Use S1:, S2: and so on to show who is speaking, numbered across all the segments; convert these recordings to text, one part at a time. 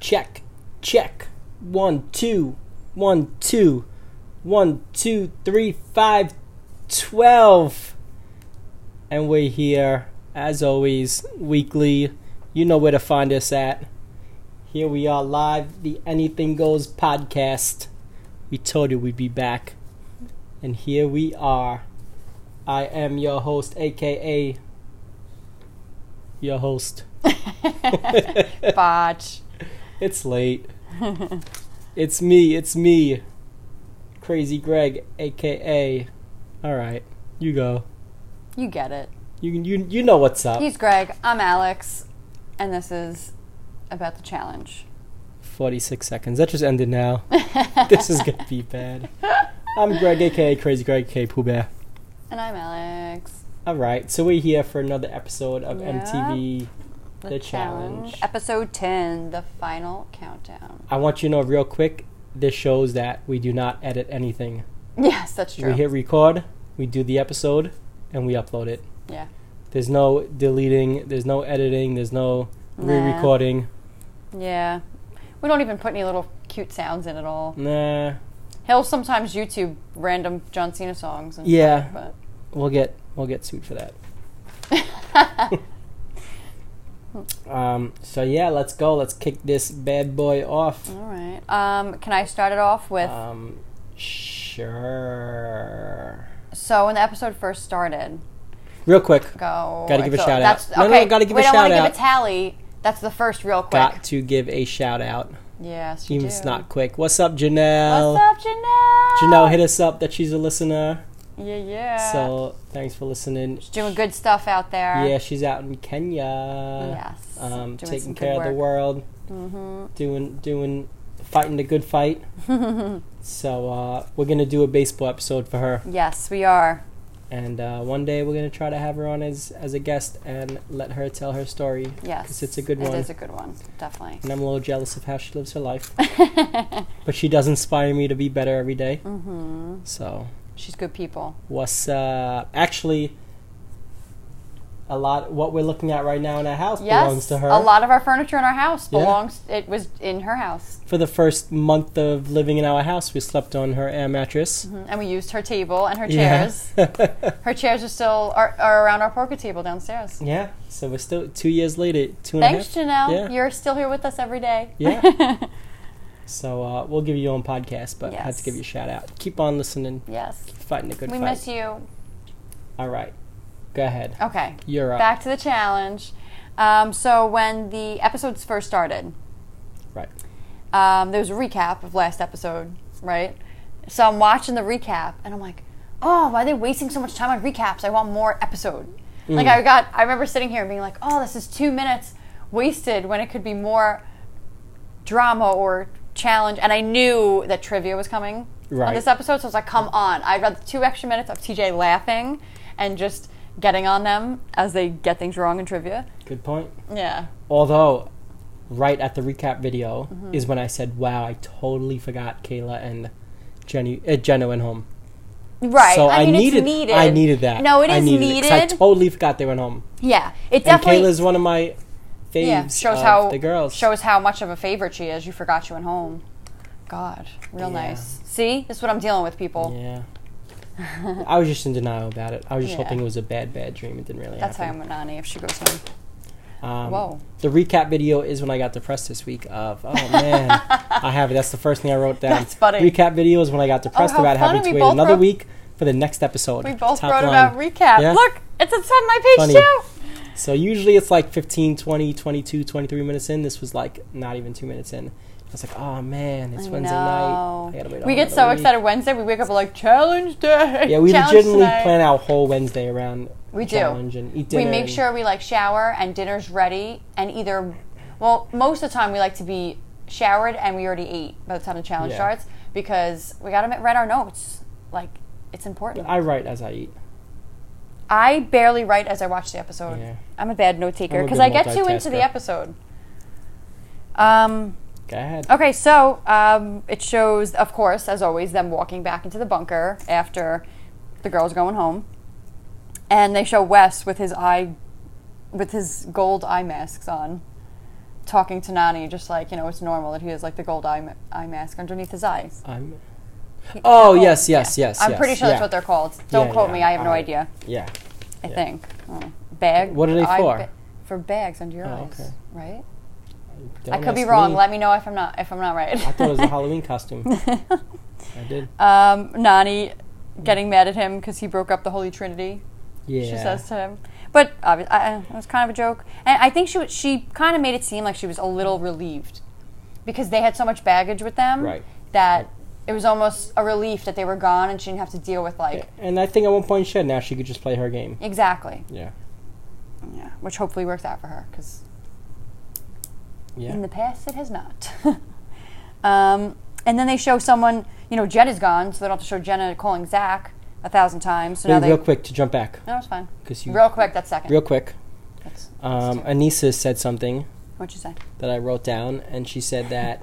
S1: Check, check. One, two, one, two, one, two, three, five, twelve. And we're here, as always, weekly. You know where to find us at. Here we are live, the Anything Goes podcast. We told you we'd be back. And here we are. I am your host, aka your host.
S2: Botch.
S1: It's late. it's me. It's me. Crazy Greg, aka. All right, you go.
S2: You get it.
S1: You you you know what's up.
S2: He's Greg. I'm Alex. And this is about the challenge.
S1: Forty six seconds. That just ended now. this is gonna be bad. I'm Greg, aka Crazy Greg, aka Pooh Bear.
S2: And I'm Alex.
S1: All right, so we're here for another episode of
S2: Yeah.
S1: MTV. The challenge.
S2: Episode 10, the final countdown.
S1: I want you to know real quick. This shows that we do not edit anything.
S2: Yes, that's true.
S1: We hit record, we do the episode, and we upload it.
S2: yeah.
S1: There's no deleting. There's no editing. There's no
S2: Nah.
S1: re-recording.
S2: Yeah. We don't even put any little cute sounds in at
S1: Mm.
S2: all.
S1: Nah.
S2: He'll sometimes YouTube random John Cena songs. And
S1: Yeah.
S2: But
S1: We'll get we'll get sued for that. um. So yeah, let's go. Let's kick this bad boy off.
S2: all right. Um, can I start it off with?
S1: Um. Sure.
S2: so when the episode first started,
S1: Real quick.
S2: go.
S1: Gotta give a
S2: so
S1: shout out.
S2: that's,
S1: No, no,
S2: okay,
S1: no, gotta give
S2: we
S1: a
S2: don't wanna
S1: shout
S2: give
S1: out.
S2: a tally. That's the first real quick.
S1: Got to give a shout out.
S2: Yes, you
S1: Even if
S2: do.
S1: it's not quick. What's up, Janelle?
S2: What's up, Janelle?
S1: Janelle hit us up that she's a listener.
S2: Yeah, yeah.
S1: So thanks for listening.
S2: doing good stuff out there.
S1: Yeah, she's out in Kenya.
S2: Yes.
S1: Um,
S2: doing some
S1: taking
S2: good
S1: care of the
S2: work. Mm-hmm.
S1: world. Doing, doing, fighting the good fight. so uh, we're gonna do a baseball episode for her,
S2: Yes, we are.
S1: and uh, one day we're gonna try to have her on as as a guest and let her tell her story.
S2: Yes.
S1: 'Cause it's a good one.
S2: It is a good one, definitely.
S1: And I'm a little jealous of how she lives her life, but she does inspire me to be better every Mm-hmm. So
S2: She's good people.
S1: what's uh actually a lot what we're looking at right now in our house
S2: Yes.
S1: belongs to her
S2: A lot of our furniture in our house
S1: Yeah.
S2: belongs. It was in her house,
S1: for the first month of living in our house we slept on her air mattress
S2: Mm-hmm. and we used her table and her
S1: Yeah.
S2: chairs. her chairs are still are, are around our poker table downstairs.
S1: yeah so we're still two years later two and a half.
S2: Thanks, Janelle.
S1: Yeah.
S2: You're still here with us every day.
S1: Yeah. so uh, we'll give you your own podcast but i had to
S2: Yes.
S1: give you a shout out keep on listening
S2: yes.
S1: fighting a good
S2: We
S1: fight
S2: miss you.
S1: all right go ahead
S2: Okay.
S1: you're up
S2: Back to the challenge. Um, so when the episodes first started,
S1: right
S2: um, there was a recap of last episode, right? So I'm watching the recap and I'm like, oh, why are they wasting so much time on recaps? I want more episode.
S1: Mm.
S2: Like I got, I remember sitting here and being like, oh, this is two minutes wasted when it could be more drama or challenge. And I knew that trivia was coming
S1: Right.
S2: on this episode, so I was like, come on. I'd rather two extra minutes of TJ laughing and just getting on them as they get things wrong in trivia.
S1: good point
S2: Yeah.
S1: although right at the recap video
S2: Mm-hmm.
S1: is when i said wow i totally forgot kayla and jenny uh, jenna went home
S2: Right.
S1: So I,
S2: I, mean,
S1: needed,
S2: it's needed.
S1: I needed that.
S2: No, it is
S1: I needed it, 'cause I
S2: needed.
S1: totally forgot they went home.
S2: Yeah, it
S1: And
S2: definitely
S1: Kayla's one of my faves.
S2: yeah shows
S1: of
S2: how
S1: the girls.
S2: shows how much of a favorite she is. You forgot you went home. God, real
S1: Yeah.
S2: nice. See, this is what I'm dealing with, people.
S1: Yeah. I was just in denial about it. I was just
S2: Yeah.
S1: hoping it was a bad, bad dream. It didn't really
S2: That's how I'm
S1: happen.
S2: with Nani if she goes home.
S1: Um,
S2: Whoa.
S1: The recap video is when I got depressed this week. Of oh man, I have it. That's the first thing I wrote down.
S2: That's funny. Oh,
S1: Recap video is when I got depressed
S2: how
S1: about having to
S2: funny. We
S1: wait
S2: both
S1: another
S2: wrote-
S1: week for the next episode.
S2: We both
S1: Top
S2: wrote
S1: line.
S2: about recap.
S1: Yeah.
S2: Look, it's it's on my page
S1: Funny.
S2: too.
S1: So usually it's like 15, 20, 22, 23 minutes in. This was like not even two minutes in. I was like, oh man, it's Wednesday night.
S2: No.
S1: I gotta wait
S2: we
S1: all
S2: get
S1: another
S2: so
S1: week."
S2: excited Wednesday. We wake up like challenge day.
S1: Yeah, we
S2: challenge
S1: legitimately
S2: tonight.
S1: plan our whole Wednesday around
S2: We do.
S1: challenge and eat
S2: We
S1: dinner.
S2: make
S1: and-
S2: sure we like shower and dinner's ready, and either, well, most of the time we like to be showered and we already ate by the time the challenge
S1: Yeah.
S2: starts because we gotta ma- write our notes. Like it's important.
S1: I write as I eat.
S2: I barely write as I watch the episode.
S1: Yeah.
S2: I'm a bad note taker
S1: I'm a
S2: because
S1: good
S2: I get too into
S1: multitasker.
S2: the episode. Um.
S1: Go ahead.
S2: Okay, so um, it shows, of course, as always, them walking back into the bunker after the girls are going home, and they show Wes with his eye, with his gold eye masks on. talking to Nani, just like you know, it's normal that he has like the gold eye, ma- eye mask underneath his eyes.
S1: I'm. Oh
S2: Gold,
S1: yes, yes, yes.
S2: I'm
S1: yes,
S2: pretty sure
S1: yeah.
S2: that's what they're called. Don't
S1: Yeah,
S2: quote
S1: yeah,
S2: me. I have no
S1: I-
S2: idea.
S1: Yeah.
S2: I
S1: Yeah.
S2: think Oh, bag.
S1: What are they
S2: eye
S1: for?
S2: ba- for bags under your
S1: Oh,
S2: eyes,
S1: okay.
S2: right?
S1: Don't
S2: I could be
S1: ask
S2: wrong.
S1: me.
S2: Let me know if I'm not if I'm not right.
S1: I thought it was a Halloween costume. I did.
S2: um, Nani getting mad at him because he broke up the Holy Trinity.
S1: Yeah.
S2: She says to him, but obvi- I, I- it was kind of a joke, and I think she wa- she kind of made it seem like she was a little relieved because they had so much baggage with them
S1: Right.
S2: that it was almost a relief that they were gone and she didn't have to deal with like
S1: And I think at one point she had now she could just play her game.
S2: exactly,
S1: Yeah.
S2: yeah, which hopefully works out for her because In
S1: Yeah.
S2: the past, it has not. um, and then they show someone, you know, Jenna's gone, so they don't have to show Jenna calling Zach a thousand times. So now
S1: Wait,
S2: they.
S1: real quick to jump back
S2: no, it's fine.
S1: because you
S2: Real quick, that's second.
S1: real quick.
S2: That's-
S1: Um, Anissa said something
S2: What'd you say?
S1: that I wrote down, and she said that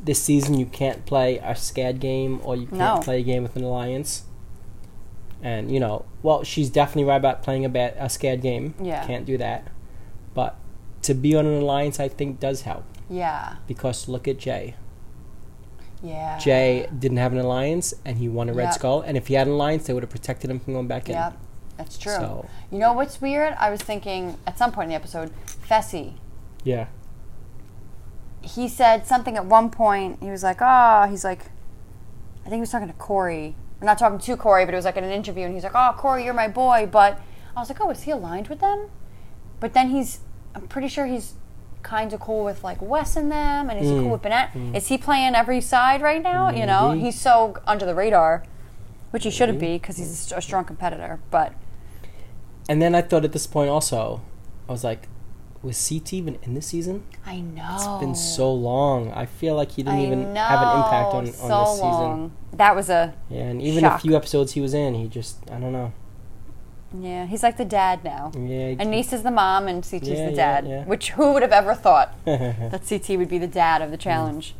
S1: this season you can't play a SCAD game or you can't
S2: No.
S1: play a game with an alliance. And you know, well, she's definitely right about playing a, bad, a SCAD game.
S2: Yeah.
S1: can't do that. But to be on an alliance, I think does help
S2: Yeah.
S1: because look at Jay.
S2: Yeah.
S1: Jay didn't have an alliance, and he won a Red
S2: Yep.
S1: Skull. And if he had an alliance, they would have protected him from going back in.
S2: Yep. That's true.
S1: So-
S2: You know what's weird? I was thinking at some point in the episode, Fessy.
S1: Yeah,
S2: He said something at one point. He was like, "Oh," he's like, I think he was talking to Corey. We're not talking to Corey, but it was like in an interview, and he's like, "Oh, Corey, you're my boy." But I was like, "Oh, is he aligned with them?" But then he's, I'm pretty sure he's kind of cool with like Wes and them, and is he cool with Bennett? Is he playing every side right now? You know,
S1: Mm. Maybe.
S2: he's so under the radar, which he shouldn't be because he's a st- a strong competitor. But
S1: and then I thought at this point also, I was like, was CT even in this season?
S2: I know
S1: been so long. I feel like he didn't
S2: Oh. I
S1: even have an impact
S2: know,
S1: on, on
S2: so
S1: this season.
S2: long. That was a
S1: Yeah, and even a
S2: Shock.
S1: few episodes he was in, he just I don't know.
S2: yeah. He's like the dad now.
S1: Yeah,
S2: And Anissa's the mom and CT's
S1: Yeah,
S2: the
S1: yeah,
S2: dad.
S1: yeah.
S2: Which who would have ever thought
S1: yeah.
S2: that CT would be the dad of the challenge?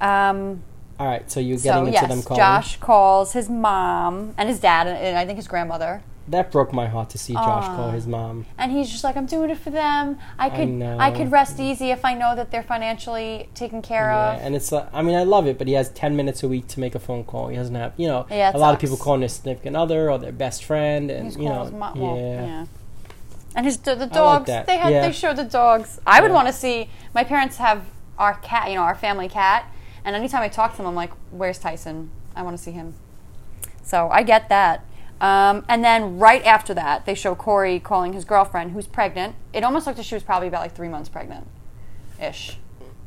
S2: Um,
S1: All right, so you're
S2: so
S1: getting into them
S2: yes,
S1: calling.
S2: Josh calls his mom and his dad and, and I think his grandmother,
S1: That broke my heart to see Josh call
S2: Aw.
S1: his mom.
S2: and he's just like, "I'm doing it for them. I could,
S1: know.
S2: I, could rest easy if I know that they're financially taken care
S1: Yeah,
S2: of."
S1: and it's like I mean I love it, but he has ten minutes a week to make a phone call. He doesn't have you know
S2: Yeah, it
S1: a lot of
S2: sucks.
S1: people calling their significant other or their best friend, and
S2: He's
S1: you know
S2: called his mom. Well,
S1: yeah.
S2: yeah. And his the dogs.
S1: that.
S2: they had
S1: Yeah.
S2: they showed the dogs. I would
S1: Yeah.
S2: want to see. My parents have our cat. You know, our family cat. And anytime I talk to them, I'm like, "Where's Tyson? I want to see him." So I get that. Um, and then right after that, they show Corey calling his girlfriend, who's pregnant. It almost looked like she was probably about like three months pregnant, ish,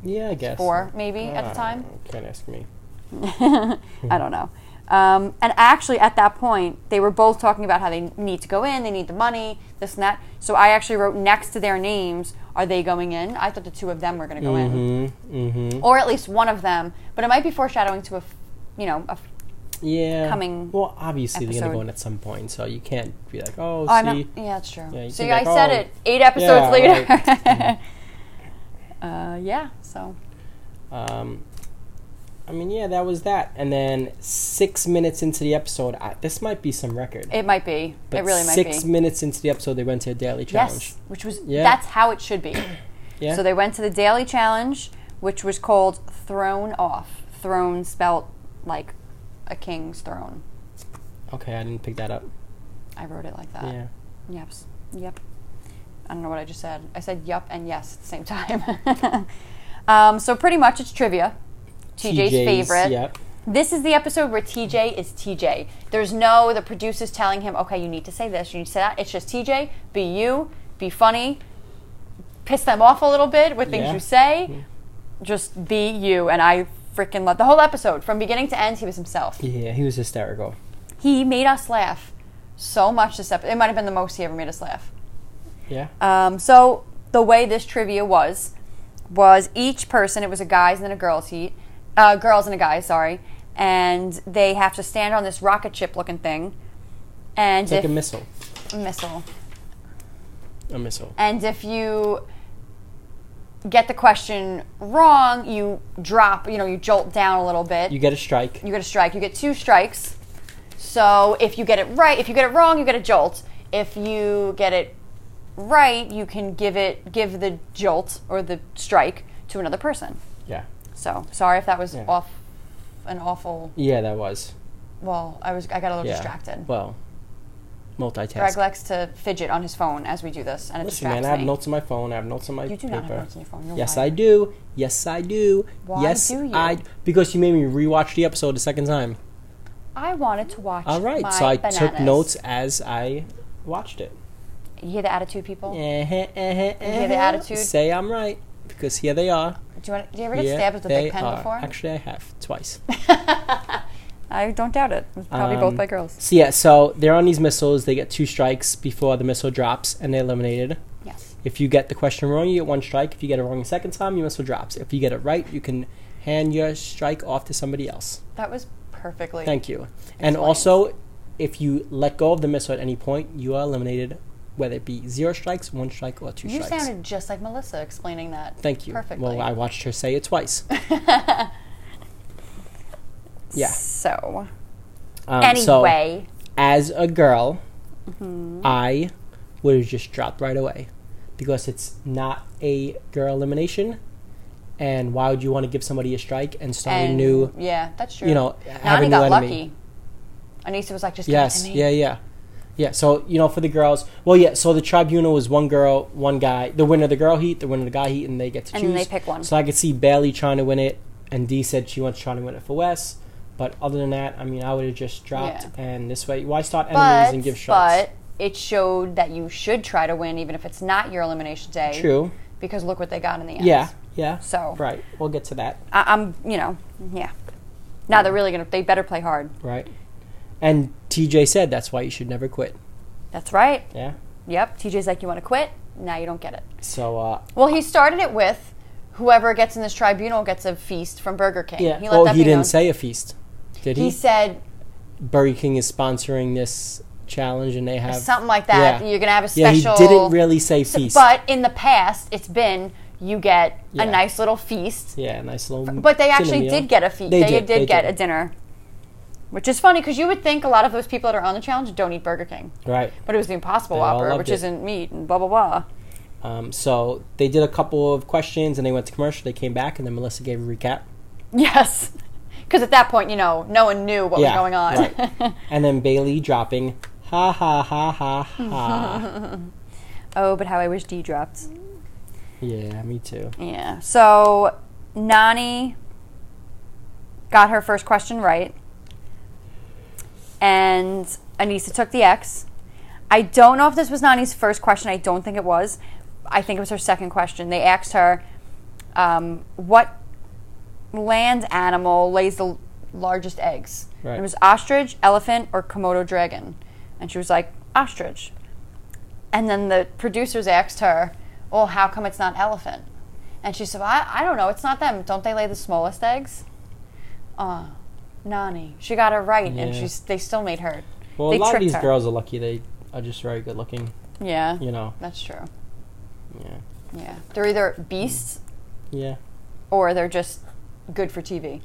S1: yeah I guess
S2: four maybe at the
S1: Ah,
S2: time.
S1: Can't ask me.
S2: I don't know. Um, and actually, at that point, they were both talking about how they need to go in, they need the money, this and that. So I actually wrote next to their names, are they going in? I thought the two of them were going to go in,
S1: Mm-hmm.
S2: or at least one of them. But it might be foreshadowing to a, f- you know, a f-
S1: Yeah.
S2: coming
S1: Well, obviously they're gonna
S2: episode.
S1: go in at some point, so you can't be like, oh,
S2: oh, I'm
S1: see,
S2: not, yeah, that's true.
S1: Yeah, you
S2: so
S1: can
S2: yeah, I
S1: be like,
S2: said
S1: oh,
S2: it eight episodes
S1: yeah,
S2: later.
S1: right. Mm-hmm.
S2: uh, yeah. So
S1: Um, I mean, yeah, that was that. And then six minutes into the episode, I, this might be some record.
S2: it might be. it really might
S1: six
S2: be.
S1: minutes into the episode, they went to a daily challenge.
S2: Yes, which was
S1: Yeah.
S2: that's how it should be.
S1: Yeah.
S2: So they went to the daily challenge, which was called Thrown Off. Throne spelt like a king's throne.
S1: Okay, I didn't pick that up.
S2: I wrote it like that.
S1: yeah.
S2: Yeps. Yep. I don't know what I just said. I said yep and yes at the same time. um, so pretty much it's trivia. TJ's, favorite.
S1: Yep.
S2: This is the episode where TJ is TJ. There's no the producers telling him, okay, you need to say this, you need to say that. It's just TJ, be you, be funny, piss them off a little bit with things
S1: Yeah.
S2: you say. Just be you. And I freaking love the whole episode. From beginning to end, he was himself.
S1: Yeah, he was hysterical.
S2: He made us laugh so much this episode. It might have been the most he ever made us laugh.
S1: Yeah.
S2: Um, so the way this trivia was was each person it was a guys and then a girls heat, uh, girls and a guy, sorry, and they have to stand on this rocket ship looking thing, and
S1: It's like a
S2: if,
S1: missile.
S2: missile,
S1: A missile.
S2: and if you get the question wrong, you drop, you know, you jolt down a little bit.
S1: You get a strike.
S2: you get a strike. You get two strikes. So if you get it right, if you get it wrong, you get a jolt. If you get it right, you can give it give the jolt or the strike to another person.
S1: Yeah.
S2: So sorry if that was
S1: Yeah.
S2: off an awful.
S1: Yeah, that was.
S2: Well, I was I got a little
S1: Yeah.
S2: distracted.
S1: Well,
S2: Greg
S1: multitask.
S2: likes to fidget on his phone as we do this, and it
S1: Listen,
S2: distracts
S1: man, I have
S2: me.
S1: notes on my phone. I have notes on my
S2: you do
S1: paper.
S2: not have notes on your phone. You're
S1: Yes,
S2: lying.
S1: I do. Yes, I do.
S2: Why
S1: yes,
S2: do you?
S1: I because you made me rewatch the episode a second time.
S2: I wanted to watch.
S1: All right,
S2: my
S1: so I took
S2: bananas.
S1: notes as I watched it.
S2: You hear the attitude, people.
S1: Uh-huh, uh-huh,
S2: hear the
S1: uh-huh.
S2: attitude?
S1: Say I'm right because here they are.
S2: Do you, want, do you ever get
S1: Here
S2: stabbed with a
S1: they
S2: big pen
S1: are.
S2: before?
S1: Actually, I have twice.
S2: I don't doubt it. It's Probably
S1: Um,
S2: both by girls.
S1: so yeah, so they're on these missiles. They get two strikes before the missile drops, and they're eliminated.
S2: Yes.
S1: If you get the question wrong, you get one strike. If you get it wrong the second time, your missile drops. If you get it right, you can hand your strike off to somebody else.
S2: That was perfectly.
S1: Thank you. And
S2: Explains.
S1: also, if you let go of the missile at any point, you are eliminated, whether it be zero strikes, one strike, or two
S2: You
S1: strikes.
S2: sounded just like Melissa explaining that.
S1: Thank you.
S2: Perfectly.
S1: Well, I watched her say it twice. yeah.
S2: So
S1: Um, so,
S2: anyway, Mm-hmm.
S1: as a girl, I would have just dropped right away because it's not a girl elimination. And why would you want to give somebody a strike and start a
S2: and
S1: new?
S2: yeah, that's true.
S1: you know, have a
S2: Nani
S1: new
S2: got
S1: enemy.
S2: lucky. Anissa was like, just
S1: Yes.
S2: give it to me.
S1: Yeah. Yeah. Yeah. So you know, for the girls, well, yeah. So the tribunal was one girl, one guy. The winner, of the girl heat. The winner, of the guy heat, and they get to
S2: And
S1: choose.
S2: then they pick one.
S1: So I could see Bailey trying to win it, and Dee said she wants to try to win it for Wes. But other than that, I mean, I would have just dropped,
S2: Yeah.
S1: and this way, why start enemies
S2: But,
S1: and give shots?
S2: but it showed that you should try to win, even if it's not your elimination day.
S1: True.
S2: Because look what they got in the end.
S1: Yeah. Yeah.
S2: So
S1: Right. We'll get to that.
S2: I, I'm, you know, yeah. Now they're really gonna. They better play hard.
S1: Right. And TJ said that's why you should never quit.
S2: That's right.
S1: Yeah.
S2: Yep. TJ's like, you want to quit? Now you don't get it.
S1: So uh,
S2: Well, he started it with whoever gets in this tribunal gets a feast from Burger King.
S1: yeah.
S2: He let
S1: oh,
S2: that
S1: he
S2: be
S1: didn't
S2: known.
S1: say a feast, did he?
S2: He said
S1: Burger King is sponsoring this challenge, and they have
S2: something like that.
S1: Yeah.
S2: You're gonna have a
S1: Yeah,
S2: special.
S1: he didn't really say feast.
S2: But in the past, it's been you get
S1: Yeah.
S2: a nice little feast.
S1: yeah, nice little.
S2: But they
S1: dinner
S2: actually
S1: meal.
S2: did get a feast.
S1: They
S2: They,
S1: did,
S2: did,
S1: they
S2: get
S1: did.
S2: a dinner, which is funny because you would think a lot of those people that are on the challenge don't eat Burger King,
S1: right.
S2: but it was the Impossible
S1: They all
S2: Whopper,
S1: loved
S2: which
S1: it.
S2: is isn't meat and blah blah blah.
S1: Um, so they did a couple of questions, and they went to commercial. They came back, and then Melissa gave a recap.
S2: Yes, because at that point, you know, no one knew what
S1: Yeah,
S2: was going on.
S1: right. And then Bailey dropping, ha ha ha ha
S2: Hmm.
S1: ha.
S2: oh, but how I wish D dropped.
S1: yeah, me too.
S2: Yeah. So Nani got her first question right, and Anissa took the X. I don't know if this was Nani's first question. I don't think it was. I think it was her second question. They asked her, um, "What land animal lays the l- largest eggs?"
S1: Right.
S2: It was ostrich, elephant, or Komodo dragon, and she was like, "Ostrich." And then the producers asked her, Well, how come it's not elephant? And she said, well, I, I don't know. It's not them. Don't they lay the smallest eggs? Uh, Nani. She got it right, and
S1: Yeah.
S2: she's, they still made her.
S1: Well,
S2: They
S1: a lot of
S2: tricked
S1: these
S2: her.
S1: girls are lucky. They are just very good looking.
S2: Yeah.
S1: You know.
S2: That's true.
S1: Yeah.
S2: Yeah. They're either beasts
S1: Yeah.
S2: or they're just good for TV.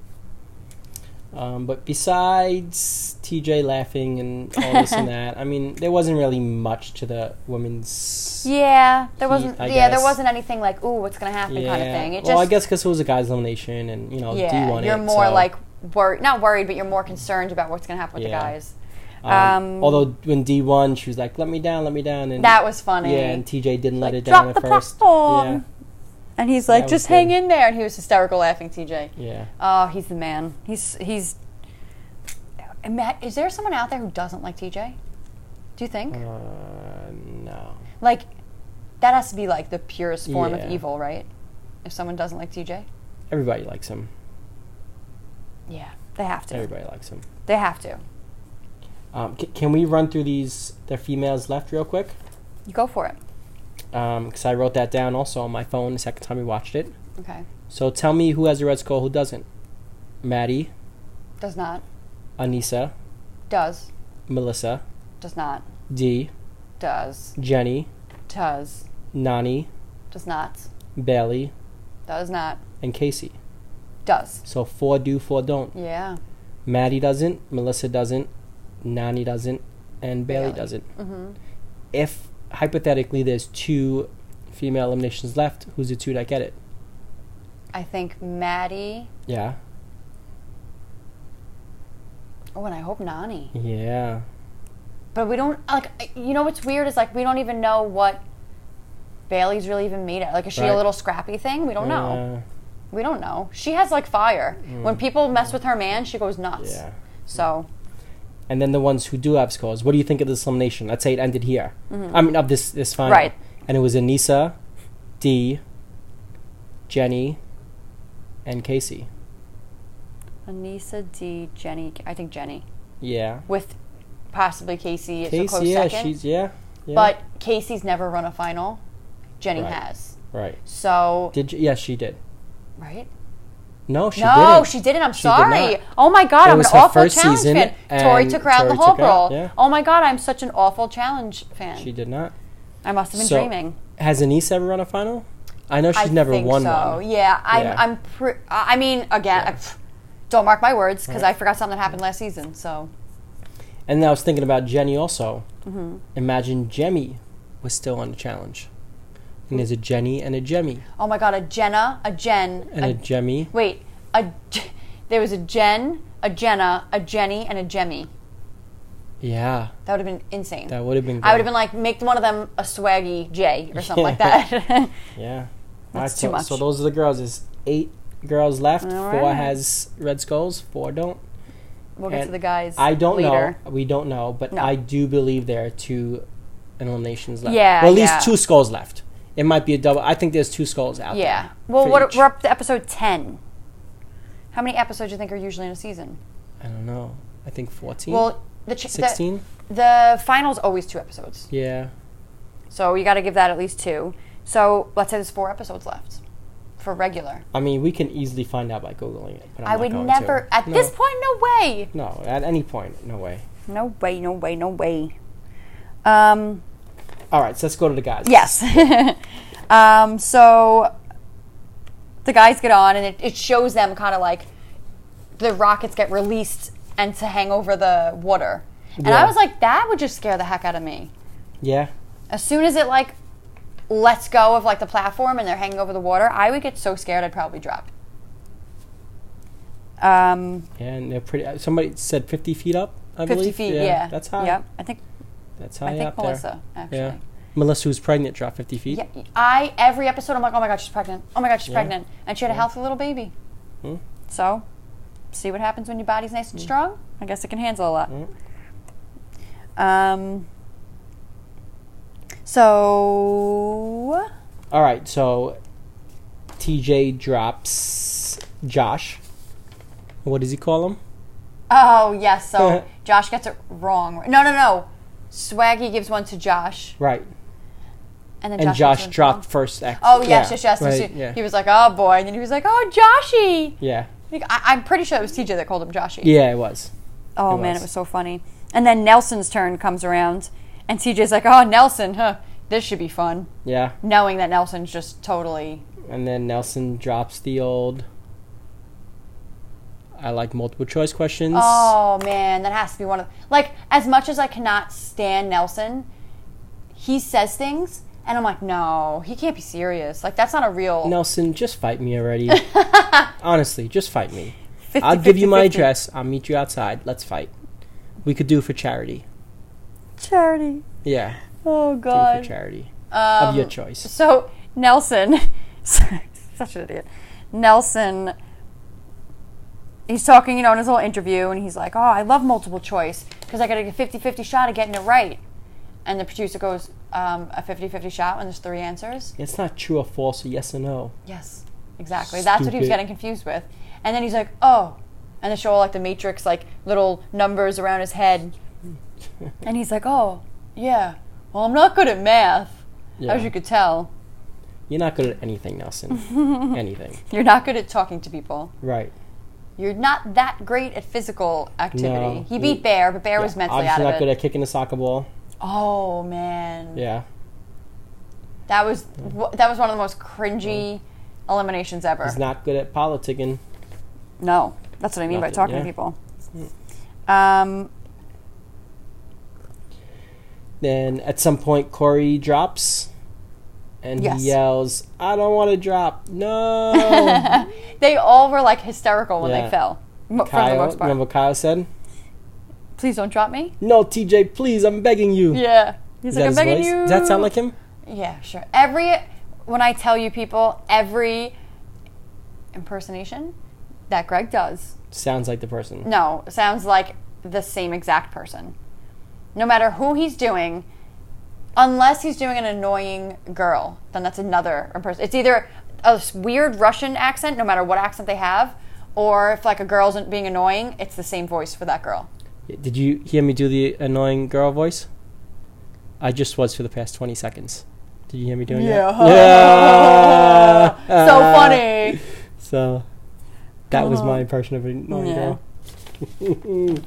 S1: Um, but besides TJ laughing and all this and that, I mean, there wasn't really much to the women's.
S2: Yeah. There
S1: Heat,
S2: wasn't,
S1: I
S2: yeah, there
S1: guess.
S2: wasn't anything like, Ooh, what's going to happen kind of thing. It just,
S1: well, I guess because it was a guys' elimination, and you know, D
S2: yeah,
S1: won
S2: you're
S1: it,
S2: more
S1: so,
S2: like worried, not worried, but you're more concerned about what's going to happen with
S1: Yeah.
S2: the guys.
S1: um,
S2: um,
S1: although when D won, she was like, "Let me down, let me down," and
S2: That was funny.
S1: yeah, and TJ didn't let it
S2: drop
S1: down at
S2: the
S1: first.
S2: platform. And he's like,
S1: That was
S2: just hang
S1: good.
S2: in there. And he was hysterical laughing, TJ.
S1: Yeah, yeah.
S2: Oh, he's the man. He's, he's. Ima- Is there someone out there who doesn't like TJ? Do you think?
S1: Uh, no,
S2: Like, that has to be like the purest form
S1: Yeah.
S2: of evil, right? If someone doesn't like TJ?
S1: everybody likes him.
S2: Yeah, they have to.
S1: Everybody likes him.
S2: They have to.
S1: Um, c- can we run through these the females left real quick?
S2: You go for it.
S1: Because I wrote that down also on my phone the second time we watched it.
S2: Okay.
S1: So tell me who has a red skull, who doesn't? Maddie,
S2: Does not.
S1: Anissa,
S2: Does.
S1: Melissa,
S2: Does not.
S1: D,
S2: Does.
S1: Jenny,
S2: Does.
S1: Nani,
S2: Does not.
S1: Bailey,
S2: Does not.
S1: and Casey.
S2: Does.
S1: So four do, four don't.
S2: Yeah.
S1: Maddie doesn't, Melissa doesn't, Nani doesn't, and Bailey,
S2: Bailey.
S1: doesn't. If hypothetically there's two female eliminations left, who's the two that get it?
S2: I think Maddie.
S1: Yeah.
S2: Oh, and I hope Nani.
S1: Yeah.
S2: But we don't like. I- You know what's weird is like we don't even know what Bailey's really even made it. Like, is she
S1: Right.
S2: a little scrappy thing? We don't know.
S1: Uh,
S2: We don't know. She has like fire. When people mess with her man, she goes nuts.
S1: Mm. Uh, yeah.
S2: So
S1: And then the ones who do have scores. What do you think of this elimination? Let's say it ended here. I mean, of this this final.
S2: Mm-hmm. Right.
S1: And it was Anissa, D, Jenny, and Casey.
S2: Anissa D, Jenny. I think Jenny
S1: Yeah.
S2: with possibly Casey. It's a
S1: Casey,
S2: close
S1: yeah,
S2: second.
S1: she's yeah, yeah.
S2: But Casey's never run a final. Jenny
S1: Right.
S2: has.
S1: right.
S2: So
S1: Did you, yes, she did.
S2: right.
S1: No, she
S2: no,
S1: didn't.
S2: she didn't. I'm
S1: did
S2: sorry.
S1: not.
S2: oh my god,
S1: It
S2: I'm
S1: was
S2: an
S1: her
S2: awful
S1: first
S2: challenge
S1: season,
S2: fan. Tori
S1: and
S2: took her out of the
S1: Tori
S2: whole
S1: took her out,
S2: girl.
S1: yeah.
S2: Oh my god, I'm such an awful challenge fan.
S1: She did not.
S2: I must have been
S1: So,
S2: dreaming.
S1: Has Anissa ever run a final? I know she's
S2: I
S1: never
S2: think
S1: won
S2: so.
S1: one.
S2: Yeah, I'm.
S1: Yeah.
S2: I'm. Pre- I I mean, again, I-
S1: Yeah.
S2: pff, don't mark my words because
S1: Right.
S2: I forgot something that happened last season. So
S1: And then I was thinking about Jenny also.
S2: Mm-hmm.
S1: Imagine Jemmy was still on the challenge.
S2: Hmm.
S1: And there's a Jenny and a Jemmy.
S2: oh my god, a Jenna, a Jen,
S1: And
S2: a-
S1: a Jemmy.
S2: wait, a J- there was a Jen, a Jenna, a Jenny, and a Jemmy.
S1: Yeah,
S2: That would have been insane.
S1: that would have been good.
S2: I would have been like, make one of them a swaggy J or something like that.
S1: Yeah.
S2: That's
S1: Alright,
S2: too
S1: so, So
S2: much.
S1: those are the girls. There's eight girls left. Four
S2: Alright.
S1: has red skulls, four don't.
S2: we'll get
S1: And
S2: to the guys.
S1: I don't
S2: later.
S1: know. We don't know, but
S2: No.
S1: I do believe there are two eliminations left.
S2: Yeah,
S1: Well, at least
S2: yeah.
S1: two skulls left. It might be a double. I think there's two skulls out
S2: Yeah.
S1: there.
S2: Well,
S1: for
S2: what,
S1: each.
S2: we're up to episode ten. How many episodes do you think are usually in a season?
S1: I don't know. I think 14.
S2: Well, the ch-
S1: 16?
S2: The, the final's always two episodes,
S1: yeah.
S2: so you got to give that at least two. So let's say there's four episodes left for regular.
S1: I mean, we can easily find out by Googling it. But I'm
S2: I
S1: not
S2: would
S1: going
S2: never,
S1: to.
S2: at
S1: No.
S2: this point, no way,
S1: No, at any point. No way.
S2: no way, no way, no way. Um,
S1: All right, so let's go to the guys.
S2: Yes. um, so the guys get on, and it, it shows them kind of like the rockets get released and to hang over the water. And I
S1: Yeah.
S2: was like, that would just scare the heck out of me.
S1: Yeah.
S2: As soon as it like lets go of like the platform and they're hanging over the water, I would get so scared I'd probably drop. Um,
S1: And they're pretty. uh, Somebody said 50 feet up, I
S2: 50
S1: believe.
S2: feet, yeah.
S1: That's high.
S2: Yep. I think
S1: That's high
S2: I think
S1: up
S2: Melissa actually.
S1: there. Yeah. Melissa, who's pregnant, dropped 50 feet.
S2: Yeah, I every episode I'm like, oh my god, she's pregnant. Oh my god, she's
S1: Yeah.
S2: pregnant, and she had a healthy little baby.
S1: Hmm.
S2: So, see what happens when your body's nice
S1: Mm.
S2: and strong. I guess it can handle a lot.
S1: Hmm?
S2: Um. So
S1: All right, so TJ drops Josh. What does he call him?
S2: Oh yes, so Josh gets it wrong. No, no, no. Swaggy gives one to Josh,
S1: Right.
S2: and then
S1: And
S2: Josh,
S1: Josh,
S2: gets it
S1: dropped
S2: wrong.
S1: first X.
S2: Oh yes, yes, yes. And
S1: Right,
S2: she-
S1: yeah.
S2: He was like, oh boy, and then he was like, oh Joshy.
S1: yeah.
S2: Like, I, I'm pretty sure it was TJ that called him Joshy.
S1: Yeah, it was.
S2: Oh
S1: It
S2: man,
S1: was.
S2: it was so funny. And then Nelson's turn comes around, and TJ's like, "Oh, Nelson, huh? This should be fun."
S1: Yeah.
S2: Knowing that Nelson's just totally
S1: And then Nelson drops the old. I like multiple choice questions.
S2: Oh man, that has to be one of like as much as I cannot stand Nelson, he says things and I'm like, "No, he can't be serious. Like that's not a real
S1: Nelson, just fight me already. Honestly, just fight me.
S2: 50,
S1: I'll give you my
S2: 50, 50.
S1: address. I'll meet you outside. Let's fight. We could do for charity.
S2: charity."
S1: Yeah,
S2: Oh
S1: do
S2: god.
S1: for charity
S2: Um,
S1: of your choice.
S2: So Nelson, such an idiot. Nelson, he's talking, you know, in his little interview, and he's like, "Oh, I love multiple choice because I got a 50-50 shot of getting it right." And the producer goes, um, "A 50-50 shot when there's three answers."
S1: It's not true or false or yes or no.
S2: Yes, exactly. That's what he was
S1: Stupid.
S2: getting confused with. And then he's like, "Oh," and they show all like the Matrix, like little numbers around his head, and he's like, "Oh, yeah. Well, I'm not good at math,
S1: Yeah.
S2: as you could tell."
S1: You're not good at anything, Nelson. anything.
S2: You're not good at talking to people.
S1: Right.
S2: You're not that great at physical activity.
S1: No.
S2: he beat Bear, but Bear was
S1: Yeah,
S2: mentally out
S1: Obviously
S2: of
S1: not
S2: it.
S1: good at kicking a soccer ball.
S2: oh man,
S1: Yeah.
S2: that was wh- that was one of the most cringy eliminations ever.
S1: He's not good at politicking.
S2: no, that's what I mean by
S1: Nothing,
S2: talking
S1: yeah.
S2: to people. Um,
S1: Then at some point, Corey drops, and
S2: Yes.
S1: he yells, "I don't want to drop! No!"
S2: They all were like hysterical when
S1: Yeah.
S2: they fell. m- for the
S1: Kyle,
S2: most part.
S1: remember what Kyle said?
S2: Please don't drop me.
S1: No, TJ, please, I'm begging you.
S2: Yeah.
S1: Is
S2: He's
S1: that
S2: like, I'm
S1: his
S2: begging
S1: voice?
S2: you.
S1: Does that sound like him?
S2: Yeah, sure. Every when I tell you people, every impersonation that Greg does,
S1: Sounds like the person.
S2: no, sounds like the same exact person. No matter who he's doing, unless he's doing an annoying girl, then that's another person. It's either a s- weird Russian accent, no matter what accent they have, or if like a girl's being annoying, it's the same voice for that girl.
S1: Did you hear me do the annoying girl voice? I just was for the past 20 seconds. Did you hear me doing that? Yeah.
S2: so funny.
S1: So that was my impression of an annoying
S2: Oh. Yeah.
S1: girl.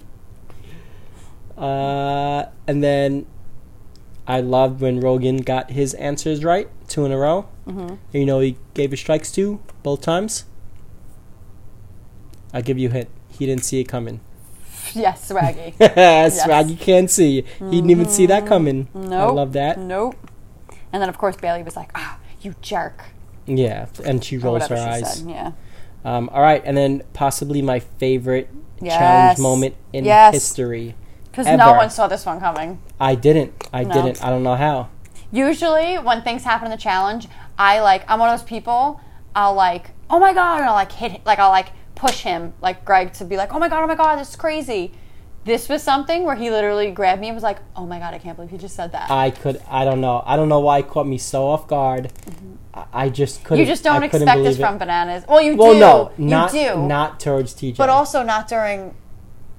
S1: uh, and then I loved when Rogan got his answers right, two in a row. Mm-hmm. You know, he gave his strikes to both times. I'll give you a hint. He didn't see it coming.
S2: Yes, swaggy.
S1: yes, Swag, you can't see. He didn't even see that coming. I
S2: Mm-hmm. Nope. Mm.
S1: love that.
S2: Nope. And then of course Bailey was like, "Ah, you jerk,"
S1: Yeah, and she
S2: or
S1: rolls her
S2: whatever she
S1: eyes.
S2: said. Yeah.
S1: Um, all right, and then possibly my favorite challenge
S2: Yes.
S1: moment in
S2: Yes.
S1: history.
S2: Because
S1: Ever.
S2: no one saw this one coming.
S1: I didn't. I
S2: No.
S1: didn't. I don't know how.
S2: Usually, when things happen in the challenge, I like I'm one of those people. I'll like, oh my god, and I'll like hit, like I'll like push him, like Greg, to be like, oh my god, oh my god, this is crazy. This was something where he literally grabbed me and was like, oh my god, I can't believe you just said that.
S1: I could. I don't know. I don't know why it caught me so off guard. I, I just couldn't.
S2: Mm-hmm. you just don't
S1: I couldn't
S2: expect this
S1: believe it.
S2: from bananas. Well, you
S1: Well,
S2: do.
S1: no,
S2: you
S1: not
S2: do.
S1: not towards TJ,
S2: but also not during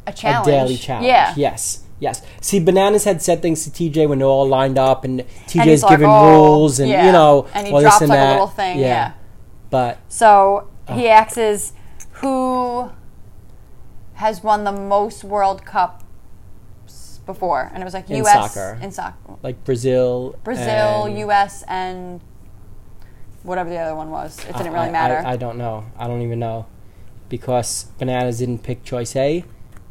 S2: a
S1: a
S2: challenge.
S1: daily challenge.
S2: Yeah.
S1: Yes. Yes. See, bananas had said things to TJ when they're all lined up, and
S2: And he's
S1: TJ's
S2: like,
S1: giving
S2: "Oh,"
S1: rules, and
S2: yeah.
S1: you know,
S2: and he
S1: well,
S2: drops
S1: this and
S2: like
S1: that. Uh.
S2: a little thing. Yeah.
S1: But
S2: So he acts as who has won the most World Cups before, and it was like
S1: In
S2: U.S.
S1: soccer.
S2: in soccer,
S1: like Brazil,
S2: Brazil,
S1: and-
S2: U.S. and whatever the other one was. It didn't
S1: I-
S2: really
S1: I-
S2: matter.
S1: I, I don't know. I don't even know. Because Bananas didn't pick choice A,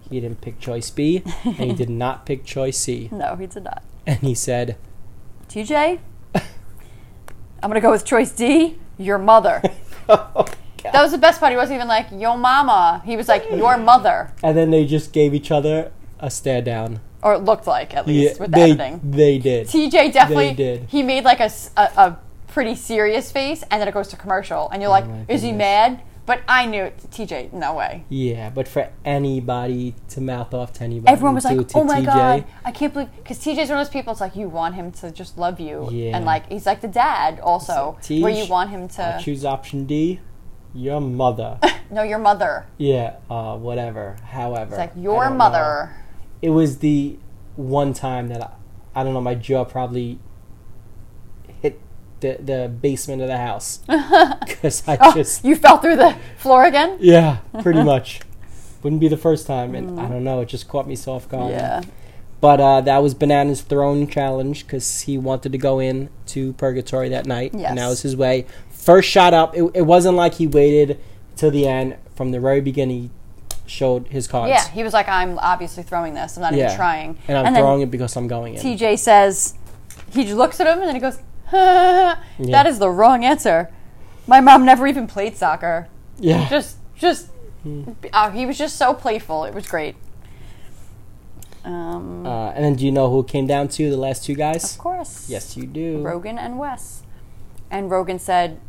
S1: he didn't pick choice B, and he did not pick choice C.
S2: no, he did not.
S1: And he said, "Oh,
S2: TJ, I'm gonna go with choice D. Your mother. That was the best part. He wasn't even like yo mama. He was like your mother,
S1: and then they just gave each other a stare down.
S2: or it looked like at least with the
S1: they,
S2: editing.
S1: they did.
S2: TJ definitely
S1: did.
S2: He made like a, s- a- a pretty serious face, and then it goes to commercial, and you're like,
S1: Oh my
S2: is he
S1: goodness.
S2: mad? But I knew it. TJ, no way.
S1: Yeah, but for anybody to mouth off to anybody,
S2: Everyone was
S1: do
S2: like,
S1: it to
S2: oh my
S1: TJ,
S2: god, I can't believe because TJ's one of those people. It's like you want him to just love you,
S1: Yeah.
S2: and like he's like the dad also,
S1: Like,
S2: Oh, where
S1: "Tej,
S2: you want him to
S1: I choose option D, your mother.
S2: know your mother.
S1: yeah, uh, whatever. However,
S2: It's like
S1: I
S2: your
S1: don't know.
S2: mother.
S1: it was the one time that I, I don't know my jaw probably hit the the basement of the house because I
S2: Oh,
S1: just
S2: you fell through the floor again.
S1: yeah pretty much wouldn't be the first time and I don't know it just caught me so off guard
S2: Mm. Yeah.
S1: but uh, that was Banana's throne challenge because he wanted to go in to purgatory that night
S2: Yes.
S1: and that was his way first shot up it, it wasn't like he waited till the end from the very beginning he showed his cards
S2: Yeah, he was like, I'm obviously throwing this. I'm not
S1: Yeah.
S2: even trying.
S1: and I'm
S2: then
S1: throwing it because I'm going in
S2: TJ says, he just looks at him and then he goes, that is the wrong answer. My mom never even played soccer.
S1: yeah Hmm.
S2: Just, just, uh, he was just so playful. It was great. Um,
S1: Uh, and then do you know who it came down to the last two guys?
S2: of course.
S1: Yes, you do.
S2: Rogan and Wes. And Rogan said,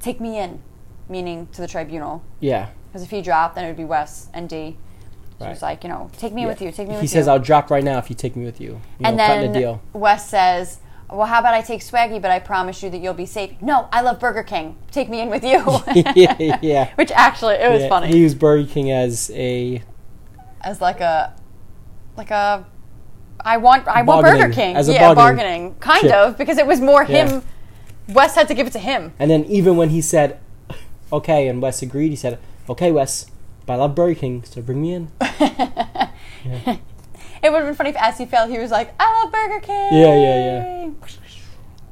S2: take me in, meaning to the tribunal.
S1: Yeah.
S2: Because if he dropped, then it would be Wes and D. So
S1: Right.
S2: he's like, you know, take me with you, take
S1: he
S2: me with you.
S1: says, "I'll drop right now if you take me with you." You
S2: And
S1: know, cutting
S2: then
S1: a deal.
S2: Wes says, "Well, how about I take Swaggy, but I promise you that you'll be safe." No, I love Burger King. Take me in with you.
S1: Yeah.
S2: Which actually, it was
S1: Yeah,
S2: funny.
S1: He used Burger King as a
S2: as like a, like a, I want, I want
S1: Bargaining.
S2: Burger King.
S1: As a
S2: yeah,
S1: bargaining
S2: bargaining, kind
S1: chip.
S2: of, because it was more
S1: Yeah.
S2: him. Wes had to give it to him.
S1: and then even when he said, "Okay," and Wes agreed, he said, "Okay, Wes, but I love Burger King, so bring me in."
S2: It would have been funny if, as he fell, he was like, "I love Burger King."
S1: Yeah, yeah,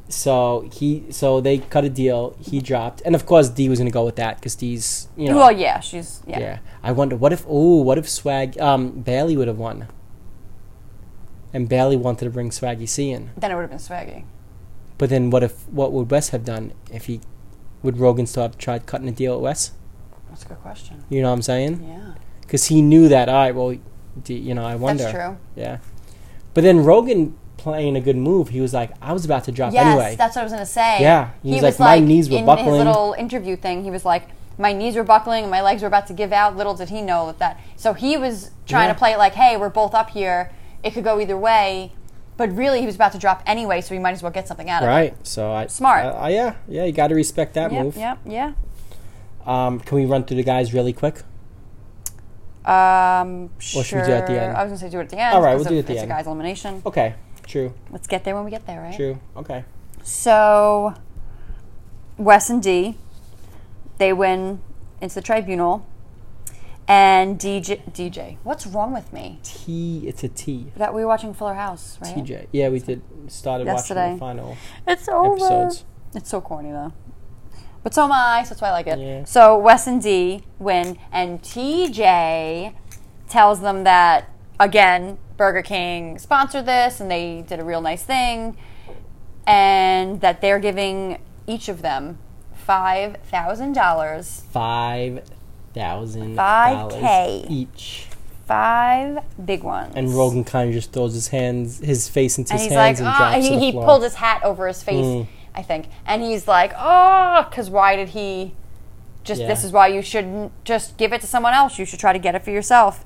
S1: so he, so they cut a deal. He dropped, and of course D was gonna go with that because D's, you know,
S2: Well, yeah, she's yeah.
S1: yeah. I wonder what if, oh, what if Swag, um, Bailey would have won. and Bailey wanted to bring Swaggy C in.
S2: Then it would have been swaggy.
S1: But then what if what would Wes have done if he would Rogan still have tried cutting a deal at Wes?
S2: That's a good question.
S1: You know what I'm saying?
S2: Yeah.
S1: Because he knew that. All right, well, do, you know, I wonder.
S2: That's true.
S1: Yeah. But then Rogan playing a good move. He was like, I was about to drop
S2: Yes,
S1: anyway.
S2: that's what I was gonna say.
S1: Yeah, he was like, "My knees were
S2: in
S1: buckling."
S2: his little interview thing. He was like, my knees were buckling, and my legs were about to give out. Little did he know that that. So he was trying
S1: Yeah.
S2: to play it like, hey, we're both up here. It could go either way, but really he was about to drop anyway, so we might as well get something out of
S1: right. So I
S2: Smart.
S1: I- I- yeah, yeah. You got to respect that
S2: it. Yep,
S1: move.
S2: yep, yeah.
S1: Um, can we run through the guys really quick?
S2: Um, sure.
S1: should we do it at the end?
S2: I was gonna say do it at the end.
S1: All right,
S2: 'cause
S1: we'll do it
S2: of-
S1: at the
S2: it's
S1: end.
S2: a guy's elimination.
S1: Okay. True.
S2: Let's get there when we get there, right?
S1: True. Okay.
S2: So, Wes and D, they win into the tribunal, and DJ, DJ, what's wrong with me?
S1: T. It's a T.
S2: That we were watching Fuller House, right?
S1: TJ. Yeah, we did started watching
S2: Yesterday.
S1: the final
S2: It's over.
S1: episodes.
S2: It's so corny though. But so am I, so that's why I like it.
S1: Yeah.
S2: So Wes and D win, and TJ tells them that again, Burger King sponsored this, and they did a real nice thing, and that they're giving each of them five thousand dollars.
S1: Five thousand
S2: Five
S1: dollars
S2: K.
S1: each.
S2: Five big ones.
S1: And Rogan kind of just throws his hands, his face into
S2: And
S1: his
S2: he's like,
S1: hands, and
S2: ah,
S1: drops to
S2: he,
S1: the
S2: he
S1: floor. Mm.
S2: pulled his hat over his face, I think. And he's like, oh, because why did he? Just
S1: Yeah.
S2: this is why you shouldn't just give it to someone else. You should try to get it for yourself.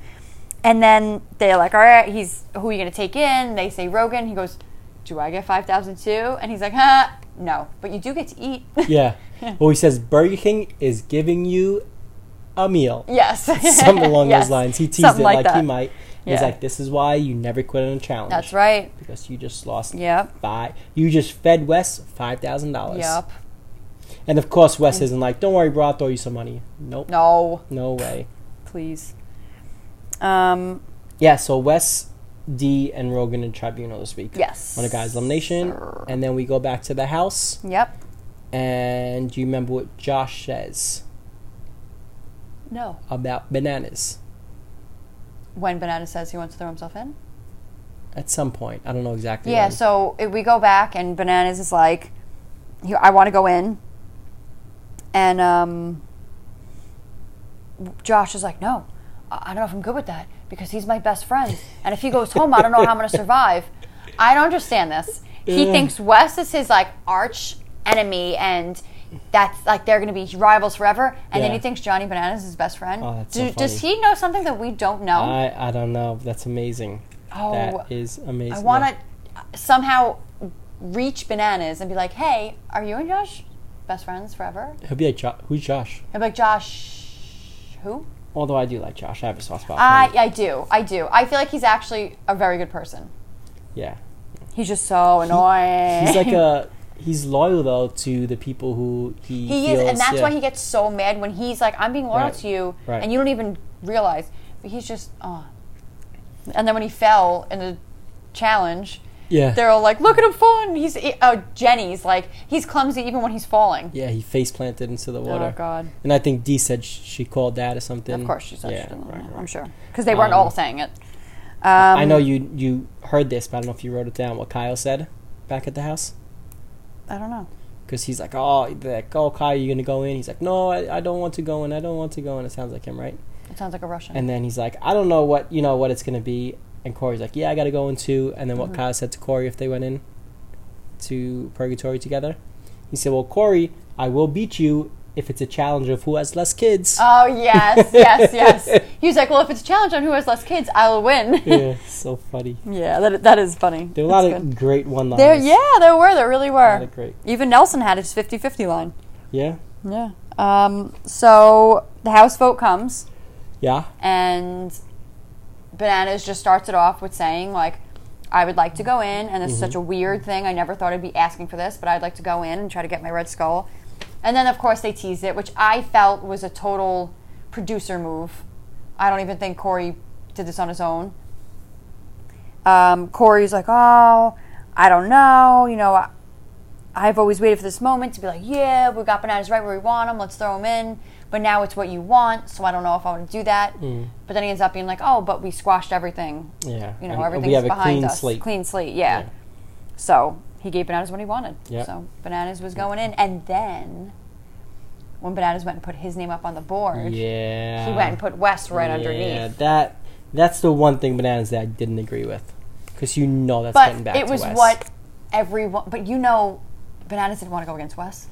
S2: And then they're like, all right, he's who are you going to take in? They say Rogan. He goes, do I get five thousand too? And he's like, huh, no, but you do get to eat.
S1: Yeah. Well, he says Burger King is giving you a meal.
S2: yes,
S1: Something along
S2: Yes.
S1: those lines. He teased
S2: Something
S1: it like, he
S2: that.
S1: might. He's
S2: Yeah.
S1: like, this is why you never quit on a challenge.
S2: That's right.
S1: Because you just lost
S2: Yep.
S1: five. You just fed Wes five thousand dollars.
S2: Yep.
S1: And of course, Wes isn't like, don't worry, bro. I'll throw you some money. Nope. No,
S2: No,
S1: way.
S2: please. Um.
S1: Yeah. So Wes, D, and Rogan in tribunal this week.
S2: Yes.
S1: On a guys' elimination,
S2: Sir.
S1: and then we go back to the house.
S2: Yep.
S1: And do you remember what Josh says
S2: No.
S1: about bananas?
S2: When Banana says he wants to throw himself in.
S1: At some point, I don't know exactly.
S2: Yeah,
S1: when.
S2: so if we go back, and Bananas is like, "Here, I want to go in. And um, Josh is like, no, I I don't know if I'm good with that because he's my best friend. And if he goes home, I don't know how I'm going to survive. I don't understand this. He thinks Wes is his like arch enemy and that's like they're going to be rivals forever. And then
S1: Yeah.
S2: he thinks Johnny Bananas is his best friend.
S1: Oh, that's so
S2: Do, Does
S1: funny.
S2: he know something that we don't know?
S1: I I don't know. That's amazing.
S2: oh,
S1: that is amazing.
S2: I want to somehow reach bananas and be like, "Hey, are you and Josh best friends forever?"
S1: He'll be like, jo- who's Josh?
S2: I'm like, "Josh, who?"
S1: Although I do like Josh. I have a soft spot. for
S2: I
S1: him.
S2: I do, I do. I feel like he's actually a very good person.
S1: yeah.
S2: He's just so annoying.
S1: He's like a. He's loyal though to the people who he.
S2: he is,
S1: feels-
S2: and that's
S1: yeah.
S2: why he gets so mad when he's like, "I'm being loyal
S1: Right,
S2: to you,"
S1: right.
S2: and you don't even realize. But he's just, oh. And then when he fell in the challenge.
S1: Yeah.
S2: They're all like, look at him falling. He's oh, Jenny's like, he's clumsy even when he's falling.
S1: yeah, he face planted into the water.
S2: Oh God.
S1: And I think Dee said sh- she called dad or something.
S2: Of course, she's
S1: Yeah,
S2: actually done that,
S1: right,
S2: I'm
S1: right.
S2: sure because they weren't
S1: Um,
S2: all saying it. Um,
S1: I know you you heard this, but I don't know if you wrote it down. What Kyle said back at the house.
S2: I don't know.
S1: Because he's like, oh, they're like, oh, Kyle, you gonna go in? He's like, no, I, I don't want to go in. I don't want to go in. It sounds like him, right?
S2: It sounds like a Russian.
S1: And then he's like, I don't know what you know what it's gonna be. And Corey's like, Yeah, I gotta go in too. And then
S2: Uh-huh.
S1: what Kyle said to Corey if they went in to purgatory together, he said, Well, Corey, I will beat you if it's a challenge of who has less kids.
S2: oh yes, yes, yes. He was like, well, if it's a challenge on who has less kids, I will win.
S1: yeah, so funny.
S2: yeah, that that is funny.
S1: There were a lot
S2: That's
S1: of
S2: good.
S1: great one liners.
S2: there, yeah, there were, there really
S1: A lot
S2: were.
S1: of great.
S2: Even Nelson had his 50-50 line.
S1: Yeah,
S2: Yeah. Um. So the House vote comes.
S1: yeah,
S2: and bananas just starts it off with saying like i would like to go in and this is such a weird thing i never thought i'd be asking for this but i'd like to go in and try to get my red skull and then of course they teased it which i felt was a total producer move i don't even think corey did this on his own um, corey's like oh i don't know you know I- I've always waited for this moment to be like, yeah, we got bananas right where we want them. Let's throw them in. But now it's what you want, so I don't know if I want to do that. But then he ends up being like, oh, but we squashed everything.
S1: Mm. Yeah.
S2: You
S1: And- and
S2: know, everything's
S1: we have a
S2: behind
S1: clean
S2: us.
S1: slate.
S2: Clean slate, yeah.
S1: Yeah.
S2: So he gave bananas what he wanted.
S1: Yeah.
S2: So bananas was going in, and then when bananas went and put his name up on the board,
S1: Yeah.
S2: he went and put West right
S1: Yeah,
S2: underneath.
S1: that that's the one thing bananas that I didn't agree with, because you know that's getting
S2: But
S1: back
S2: it
S1: to
S2: was
S1: Wes.
S2: what everyone. But you know, bananas didn't want to go against Wes.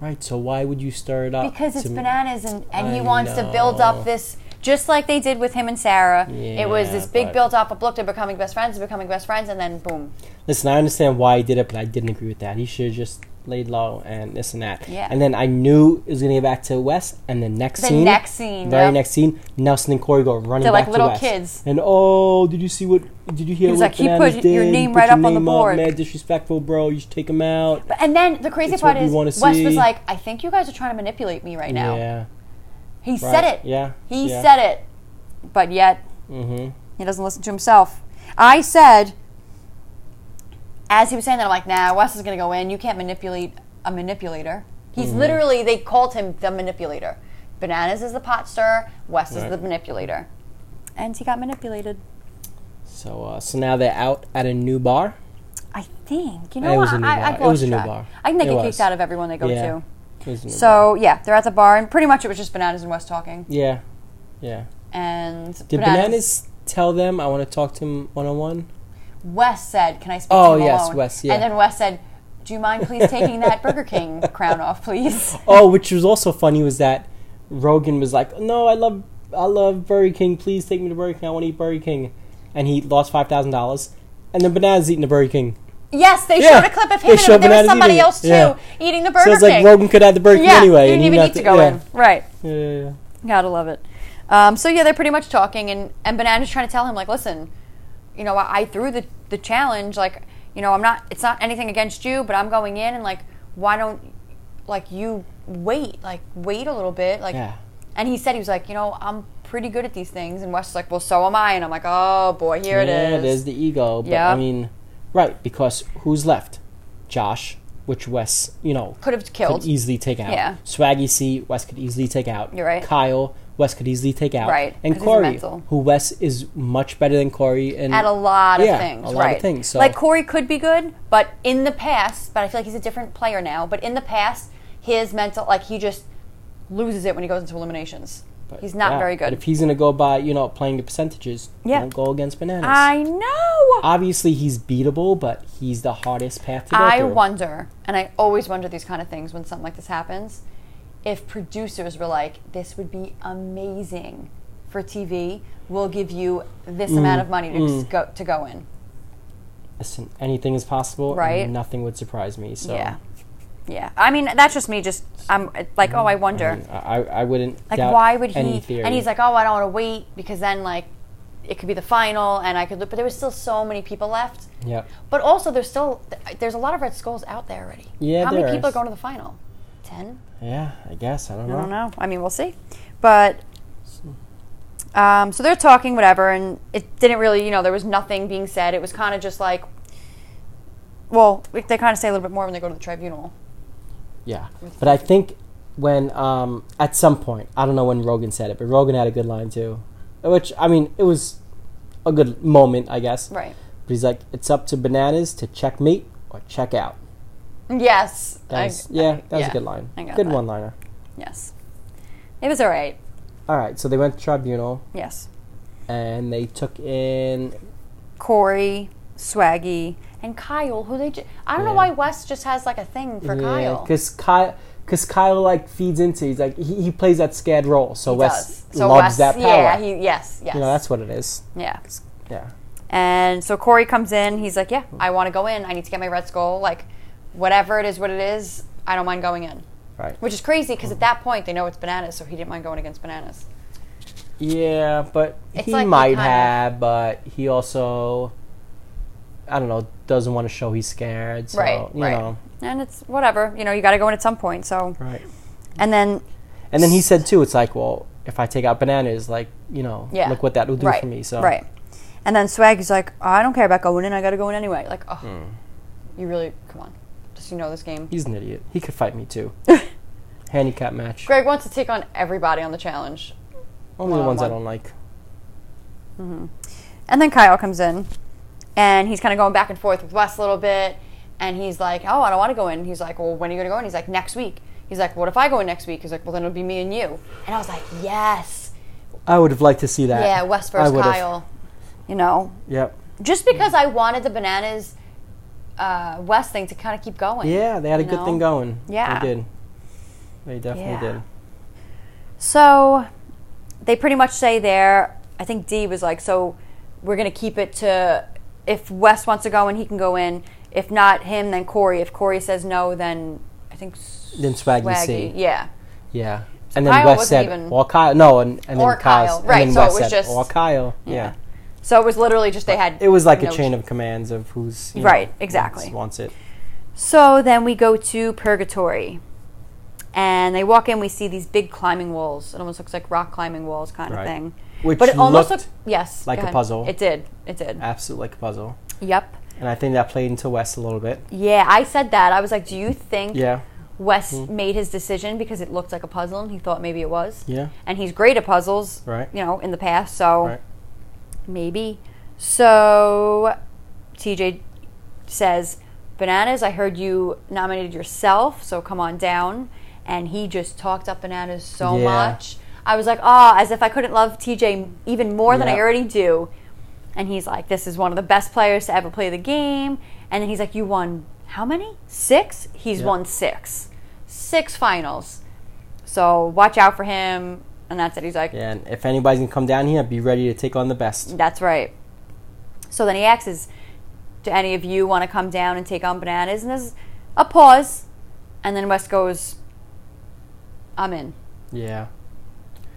S1: Right. So why would you stir it up?
S2: because it's
S1: Uh, to me?
S2: bananas and, and he
S1: I
S2: wants to build
S1: know.
S2: up this just like they did with him and Sarah. it was
S1: Yeah,
S2: this big
S1: but-
S2: build up of look, they're becoming best friends, they're becoming best friends, and then boom.
S1: Listen, I understand why he did it, but I didn't agree with that. He should have just laid low and this and that.
S2: Yeah.
S1: And then I knew it was gonna get back to Wes, and the next
S2: The
S1: scene,
S2: next scene,
S1: very
S2: yep.
S1: next scene, Nelson and Corey go running
S2: They're like
S1: back
S2: little
S1: to Wes.
S2: kids.
S1: And oh, did you see what? Did you hear
S2: was
S1: what
S2: like, he put
S1: bananas did?
S2: your name
S1: He
S2: right
S1: your
S2: up on the
S1: name
S2: board.
S1: Man, disrespectful, bro. You should take him out.
S2: But and then the crazy
S1: It's
S2: part
S1: what we
S2: is
S1: wanna
S2: Wes
S1: see.
S2: was like, I think you guys are trying to manipulate me right now.
S1: Yeah.
S2: He
S1: right.
S2: said it.
S1: Yeah.
S2: He
S1: yeah.
S2: said it. But yet
S1: Mm-hmm.
S2: he doesn't listen to himself. I said as he was saying that, I'm like, nah, Wes is gonna go in. You can't manipulate a manipulator. He's
S1: Mm-hmm.
S2: literally they called him the manipulator. Bananas is the pot stirrer, Wes is
S1: Right.
S2: the manipulator. And he got manipulated.
S1: So, uh, so now they're out at a new bar.
S2: I think. You
S1: It
S2: know
S1: was
S2: what?
S1: a new
S2: I,
S1: bar.
S2: I've
S1: It
S2: lost
S1: was a new
S2: track.
S1: bar.
S2: I think they
S1: It
S2: get
S1: was.
S2: kicked out of everyone they go
S1: Yeah.
S2: to.
S1: It was a new bar.
S2: So yeah, they're at the bar and pretty much it was just bananas and Wes talking.
S1: Yeah. Yeah.
S2: And
S1: Did bananas tell them I want to talk to him one on one?
S2: Wes said, "Can I speak
S1: Oh,
S2: to you
S1: yes,
S2: alone?"
S1: Wes, yeah.
S2: And then Wes said, "Do you mind please taking that Burger King crown off, please?"
S1: Oh, which was also funny was that Rogan was like, "No, I love I love Burger King. Please take me to Burger King. I want to eat Burger King," and he lost five thousand dollars. And then bananas eating the Burger King.
S2: Yes, they
S1: Yeah,
S2: showed a clip of
S1: they
S2: him,
S1: showed
S2: and there was
S1: bananas
S2: somebody
S1: eating it,
S2: else too
S1: yeah.
S2: eating the Burger
S1: so it's
S2: King.
S1: like Rogan could have the Burger
S2: yeah,
S1: King anyway.
S2: you didn't
S1: and he
S2: even
S1: got
S2: need to go
S1: yeah.
S2: in. Right,
S1: Yeah, yeah, yeah.
S2: gotta love it. Um, so yeah, they're pretty much talking, and and Banana's trying to tell him like, listen, you know, I, I threw the the challenge. Like, you know, I'm not. It's not anything against you, but I'm going in, and like, why don't like you wait? Like, wait a little bit. Like,
S1: Yeah.
S2: and he said he was like, you know, I'm pretty good at these things, and Wes was like, well, so am I, and I'm like, oh boy, here it
S1: yeah,
S2: is.
S1: There's the ego. But I
S2: Yep.
S1: mean, right? Because who's left? Josh, which Wes, you know,
S2: Could have killed.
S1: could easily take out.
S2: Yeah.
S1: Swaggy C, Wes could easily take out.
S2: You're right.
S1: Kyle, Wes could easily take out.
S2: Right,
S1: And
S2: 'cause he's a
S1: Corey,
S2: mental.
S1: who Wes is much better than Corey. And
S2: at a lot of
S1: Mm-hmm. Yeah,
S2: things.
S1: a lot of
S2: right.
S1: things, so-
S2: Like Corey could be good, but in the past, but I feel like he's a different player now. But in the past, his mental, like he just loses it when he goes into eliminations. he's not
S1: Yeah,
S2: very
S1: But
S2: good.
S1: if he's gonna go by, you know, playing the percentages,
S2: Yeah.
S1: don't go against bananas.
S2: I know.
S1: Obviously, he's beatable, but he's the hardest path to go
S2: I
S1: through.
S2: wonder, and I always wonder these kind of things when something like this happens, if producers were like, "This would be amazing for TV. We'll give you this amount of money to
S1: Mm,
S2: go to go in."
S1: Listen, anything is possible.
S2: Right.
S1: And nothing would surprise me. So.
S2: Yeah, yeah. I mean, that's just me. Just I'm like, oh, I wonder.
S1: I, mean, I, I wouldn't
S2: Like,
S1: doubt
S2: why would he?
S1: any theory.
S2: And he's like, oh, I don't want to wait because then, like, it could be the final, and I could. But there was still so many people left.
S1: Yep.
S2: But also, there's still there's a lot of red skulls out there already.
S1: Yeah,
S2: How many
S1: there
S2: people
S1: is.
S2: are going to the final? Ten?
S1: Yeah, I guess. I don't know.
S2: I don't know. I mean, we'll see. But
S1: Hmm.
S2: um, so they're talking, whatever, and it didn't really, you know, there was nothing being said. It was kind of just like, well, they kind of say a little bit more when they go to the tribunal.
S1: Yeah, but I think when um, at some point, I don't know when Rogan said it, but Rogan had a good line too, which I mean, it was a good moment, I guess.
S2: Right.
S1: But he's like, "It's up to bananas to checkmate or check out."
S2: Yes.
S1: That
S2: I-
S1: was, yeah, that was
S2: yeah.
S1: a good line.
S2: I got
S1: Good
S2: that.
S1: one-liner.
S2: Yes. It was all right.
S1: All right, so they went to tribunal
S2: Yes.
S1: and they took in.
S2: Corey, Swaggy, and Kyle, who they ju- I don't know
S1: Yeah.
S2: why Wes just has like a thing for Kyle.
S1: because Kyle. Because Kyle like feeds into he's like he, he plays that scared role, so Wes
S2: Does. So
S1: loves
S2: Wes,
S1: that power.
S2: yeah, he yes, yes.
S1: you know that's what it is.
S2: yeah.
S1: Yeah,
S2: And so Corey comes in, he's like, "Yeah, I want to go in. I need to get my red skull. Like whatever it is what it is, I don't mind going in."
S1: right.
S2: Which is crazy because at that point they know it's bananas, so he didn't mind going against bananas.
S1: Yeah, but
S2: It's
S1: he
S2: like he
S1: might
S2: kinda-
S1: have, but he also, I don't know, doesn't want to show he's scared. So,
S2: right.
S1: you
S2: right.
S1: know.
S2: And it's whatever, you know, you got to go in at some point. So
S1: Right.
S2: and then
S1: And then he said, too, it's like, well, if I take out bananas, like, you know,
S2: Yeah.
S1: look what that will do
S2: right,
S1: for me. So,
S2: right. And then Swaggy's like, I don't care about going in. I got to go in anyway. Like, oh, you really come on, because you know this game.
S1: He's an idiot. He could fight me too. Handicap match.
S2: Greg wants to take on everybody on the challenge.
S1: Only the ones I
S2: one-on-one.
S1: don't like.
S2: And then Kyle comes in, and he's kind of going back and forth with Wes a little bit. And he's like, "Oh, I don't want to go in." He's like, "Well, when are you going to go in?" He's like, "Next week." He's like, "What if I go in next week?" He's like, "Well, then it'll be me and you." And I was like, "Yes,
S1: I would have liked to see that.
S2: yeah, Wes
S1: I
S2: versus
S1: would've.
S2: Kyle." You know,
S1: Yep.
S2: just because I wanted the bananas uh, Wes thing to kind of keep going.
S1: Yeah, they had a
S2: You
S1: good
S2: know?
S1: thing going.
S2: Yeah.
S1: They did. They definitely
S2: Yeah.
S1: did.
S2: So they pretty much say there, I think D was like, so we're going to keep it to if Wes wants to go in, he can go in. If not him, then Corey. If Corey says no, then I think
S1: Then Swaggy C.
S2: Yeah.
S1: Yeah. and then
S2: Kyle
S1: Wes
S2: wasn't
S1: said,
S2: even-
S1: "Well, Kyle, no, and, and
S2: Or
S1: then Kyle,
S2: Kyle,
S1: s- and
S2: right,
S1: then
S2: so it
S1: Wes
S2: was
S1: said,
S2: just-
S1: "Or Kyle." Yeah.
S2: So it was literally just they had.
S1: It was like a
S2: no
S1: chain
S2: ch-
S1: of commands of who's you
S2: Right,
S1: know,
S2: exactly.
S1: wants, wants it.
S2: So then we go to Purgatory. And they walk in, we see these big climbing walls. It almost looks like rock climbing walls kind
S1: Right.
S2: of thing.
S1: Which
S2: But it almost
S1: looked
S2: looked. Yes.
S1: like
S2: go
S1: a
S2: ahead.
S1: puzzle. Ah.
S2: It did. It did.
S1: absolutely like a puzzle,
S2: Yep.
S1: and I think that played into Wes a little bit.
S2: Yeah, I said that. I was like, do you think
S1: Yeah, Mm-hmm.
S2: Wes made his decision because it looked like a puzzle and he thought maybe it was?
S1: yeah,
S2: And he's great at puzzles,
S1: Right.
S2: you know, in the past, so
S1: right.
S2: maybe. So TJ says, Bananas, I heard you nominated yourself, so come on down. And he just talked up Bananas so
S1: Yeah.
S2: much. I was like, ah, as if I couldn't love TJ even more than I
S1: Yeah.
S2: already do. And he's like, this is one of the best players to ever play the game. And then he's like, you won how many? Six? He's
S1: Yeah.
S2: won six. Six finals. So watch out for him. And that's it. He's like,
S1: Yeah, and if anybody's gonna come down here, be ready to take on the best.
S2: that's right. So then he asks, is, "Do any of you want to come down and take on bananas?" And there's a pause, and then West goes, "I'm in."
S1: Yeah,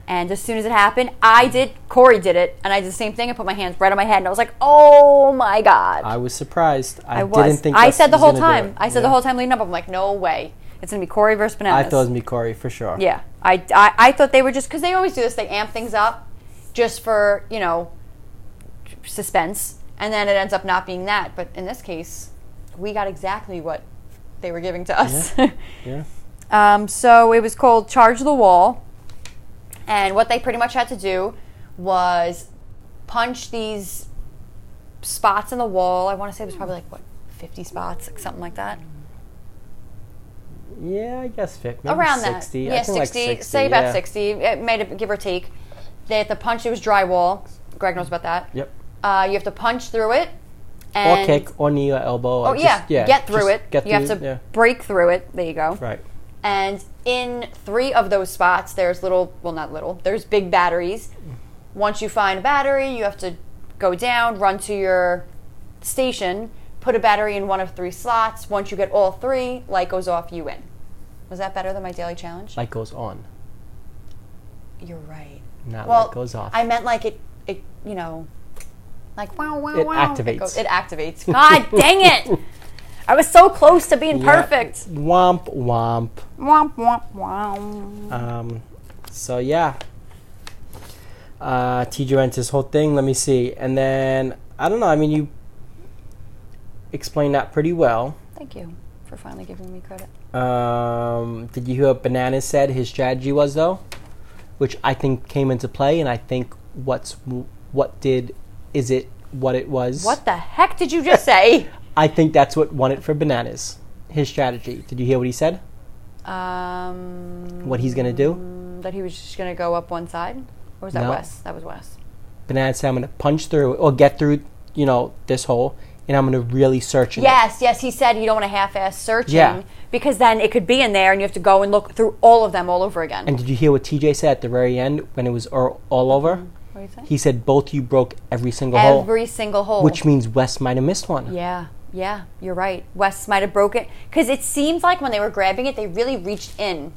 S2: And as soon as it happened, I did. Corey did it, and I did the same thing. I put my hands right on my head, and I was like, "Oh my god!"
S1: I was surprised. I,
S2: I was.
S1: didn't think
S2: I
S1: Wes
S2: said the
S1: was
S2: whole
S1: gonna do
S2: time.
S1: it.
S2: I said the
S1: Yeah.
S2: whole time leading up. I'm like, "No way! It's gonna be Corey versus
S1: I
S2: bananas."
S1: thought it was me, Corey, for sure.
S2: Yeah, I, I, I thought they were just because they always do this. They amp things up just for you know suspense, and then it ends up not being that. But in this case, we got exactly what they were giving to us.
S1: yeah.
S2: um, so it was called Charge the Wall, and what they pretty much had to do was punch these spots in the wall. I want to say it was probably like what fifty spots, like something like that.
S1: Yeah, I guess fif- maybe
S2: around
S1: 60.
S2: that.
S1: I
S2: Yeah,
S1: think like
S2: 60, Say about
S1: yeah.
S2: 60. It made a give or take. They have to punch. It was drywall. Greg knows about that.
S1: Yep.
S2: Uh, you have to punch through it. And,
S1: Or kick, or knee, or elbow.
S2: Oh
S1: or
S2: yeah,
S1: just, yeah.
S2: Get through
S1: just
S2: it.
S1: Get
S2: you have
S1: through-
S2: to
S1: Yeah.
S2: break through it. There you go.
S1: Right.
S2: And in three of those spots, there's little, well, not little, there's big batteries. Once you find a battery, you have to go down, run to your station, put a battery in one of three slots. Once you get all three, light goes off, you win. Was that better than my daily challenge?
S1: Light goes on.
S2: You're right.
S1: Not
S2: Well,
S1: light goes off.
S2: I meant like it, it you know, like wow, wow,
S1: It
S2: wow.
S1: activates.
S2: It, goes- it activates. God dang it! I was so close to being
S1: Yeah.
S2: perfect.
S1: Womp womp.
S2: Womp womp womp.
S1: Um, so yeah. Uh, TJ went this whole thing. Let me see, and then I don't know. I mean, you explained that pretty well.
S2: Thank you for finally giving me credit.
S1: Um, did you hear what Banana said his strategy was though, which I think came into play, and I think what's what did is it what it was.
S2: What the heck did you just say?
S1: I think that's what won it for Bananas. His strategy. Did you hear what he said?
S2: um,
S1: What he's gonna do?
S2: that he was just gonna go up one side, or was that
S1: No.
S2: Wes? That was Wes.
S1: Bananas said, "I'm gonna punch through or get through, you know, this hole, and I'm gonna really search." in it."
S2: Yes, yes, he said you don't want to half-ass searching
S1: Yeah.
S2: because then it could be in there, and you have to go and look through all of them all over again.
S1: And did you hear what TJ said at the very end when it was all, all over?
S2: what do you think?
S1: He said both you broke every single hole,
S2: Every single hole.
S1: which means Wes might have missed one.
S2: Yeah, yeah, you're right. Wes might have broke it because it seems like when they were grabbing it, they really reached in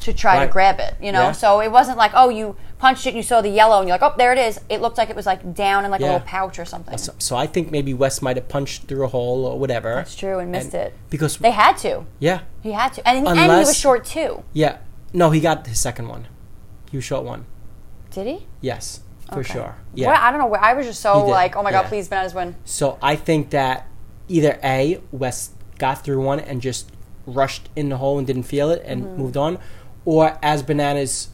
S2: to try
S1: Right.
S2: to grab it. You know,
S1: Yeah.
S2: so it wasn't like oh, you punched it, and you saw the yellow, and you're like, oh, there it is. It looked like it was like down in like
S1: Yeah.
S2: a little pouch or something.
S1: So, so I think maybe Wes might have punched through a hole or whatever.
S2: That's true, and missed it.
S1: Because
S2: They had to.
S1: yeah,
S2: He had to, and, and he
S1: Unless-
S2: was short too.
S1: yeah, no, he got his second one. He was short one.
S2: Did he?
S1: Yes, for sure. Yeah.
S2: Yeah. I don't know. where- I was just
S1: He
S2: so
S1: did.
S2: like, oh my
S1: Yeah.
S2: god, please, bananas win.
S1: So I think that either A, Wes got through one and just rushed in the hole and didn't feel it and
S2: Mm-hmm.
S1: moved on, or as Bananas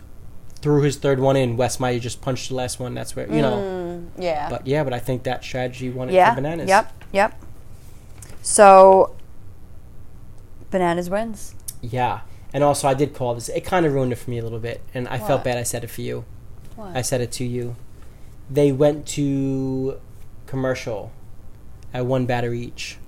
S1: threw his third one in, Wes Meyer just punched the last one. That's where you know.
S2: Yeah.
S1: But yeah, but I think that strategy won it
S2: Mm. yeah.
S1: for Bananas.
S2: Yep. Yep. So bananas wins.
S1: Yeah. And also, I did call this. It kind of ruined it for me a little bit, and I
S2: What?
S1: felt bad. I said it for you.
S2: What?
S1: I said it to you. They went to commercial at one batter each.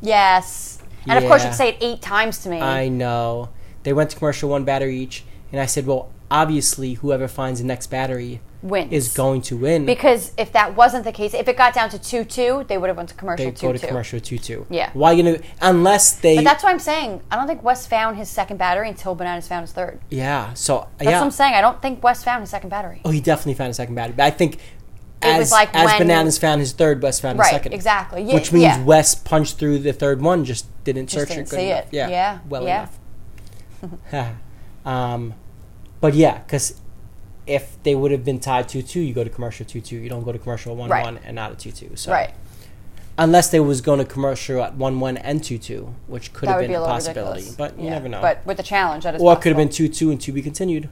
S2: yes. And of course,
S1: Yeah.
S2: you'd say it eight times to me.
S1: I know. They went to commercial one batter each, and I said, well, obviously, whoever finds the next battery
S2: wins.
S1: is going to win.
S2: because if that wasn't the case, if it got down to two two, they would have went to commercial
S1: they
S2: two
S1: go to
S2: two.
S1: commercial two two.
S2: Yeah.
S1: Why you gonna unless they?
S2: But that's what I'm saying. I don't think Wes found his second battery until Bananas found his third.
S1: yeah. So
S2: That's
S1: yeah.
S2: what I'm saying. I don't think Wes found his second battery.
S1: Oh, he definitely found a second battery. But I think as
S2: was like
S1: as
S2: when-
S1: bananas found his third, Wes found his
S2: Right,
S1: second.
S2: exactly. Yeah,
S1: Which means
S2: yeah.
S1: Wes punched through the third one, just didn't
S2: Just
S1: search
S2: didn't
S1: it good
S2: see
S1: enough.
S2: it.
S1: Yeah.
S2: Yeah,
S1: Well
S2: yeah.
S1: enough. um, but yeah, because if they would have been tied two two, you go to commercial two two. You don't go to commercial one
S2: Right.
S1: one and not a two two. So
S2: Right.
S1: unless they was going to commercial at one one and two two, which could
S2: That
S1: have
S2: would
S1: been
S2: be a
S1: a,
S2: little
S1: possibility.
S2: ridiculous.
S1: But you
S2: Yeah.
S1: never know.
S2: But with the challenge, that is
S1: or it could have been
S2: possible. Ah,
S1: two two and to be continued.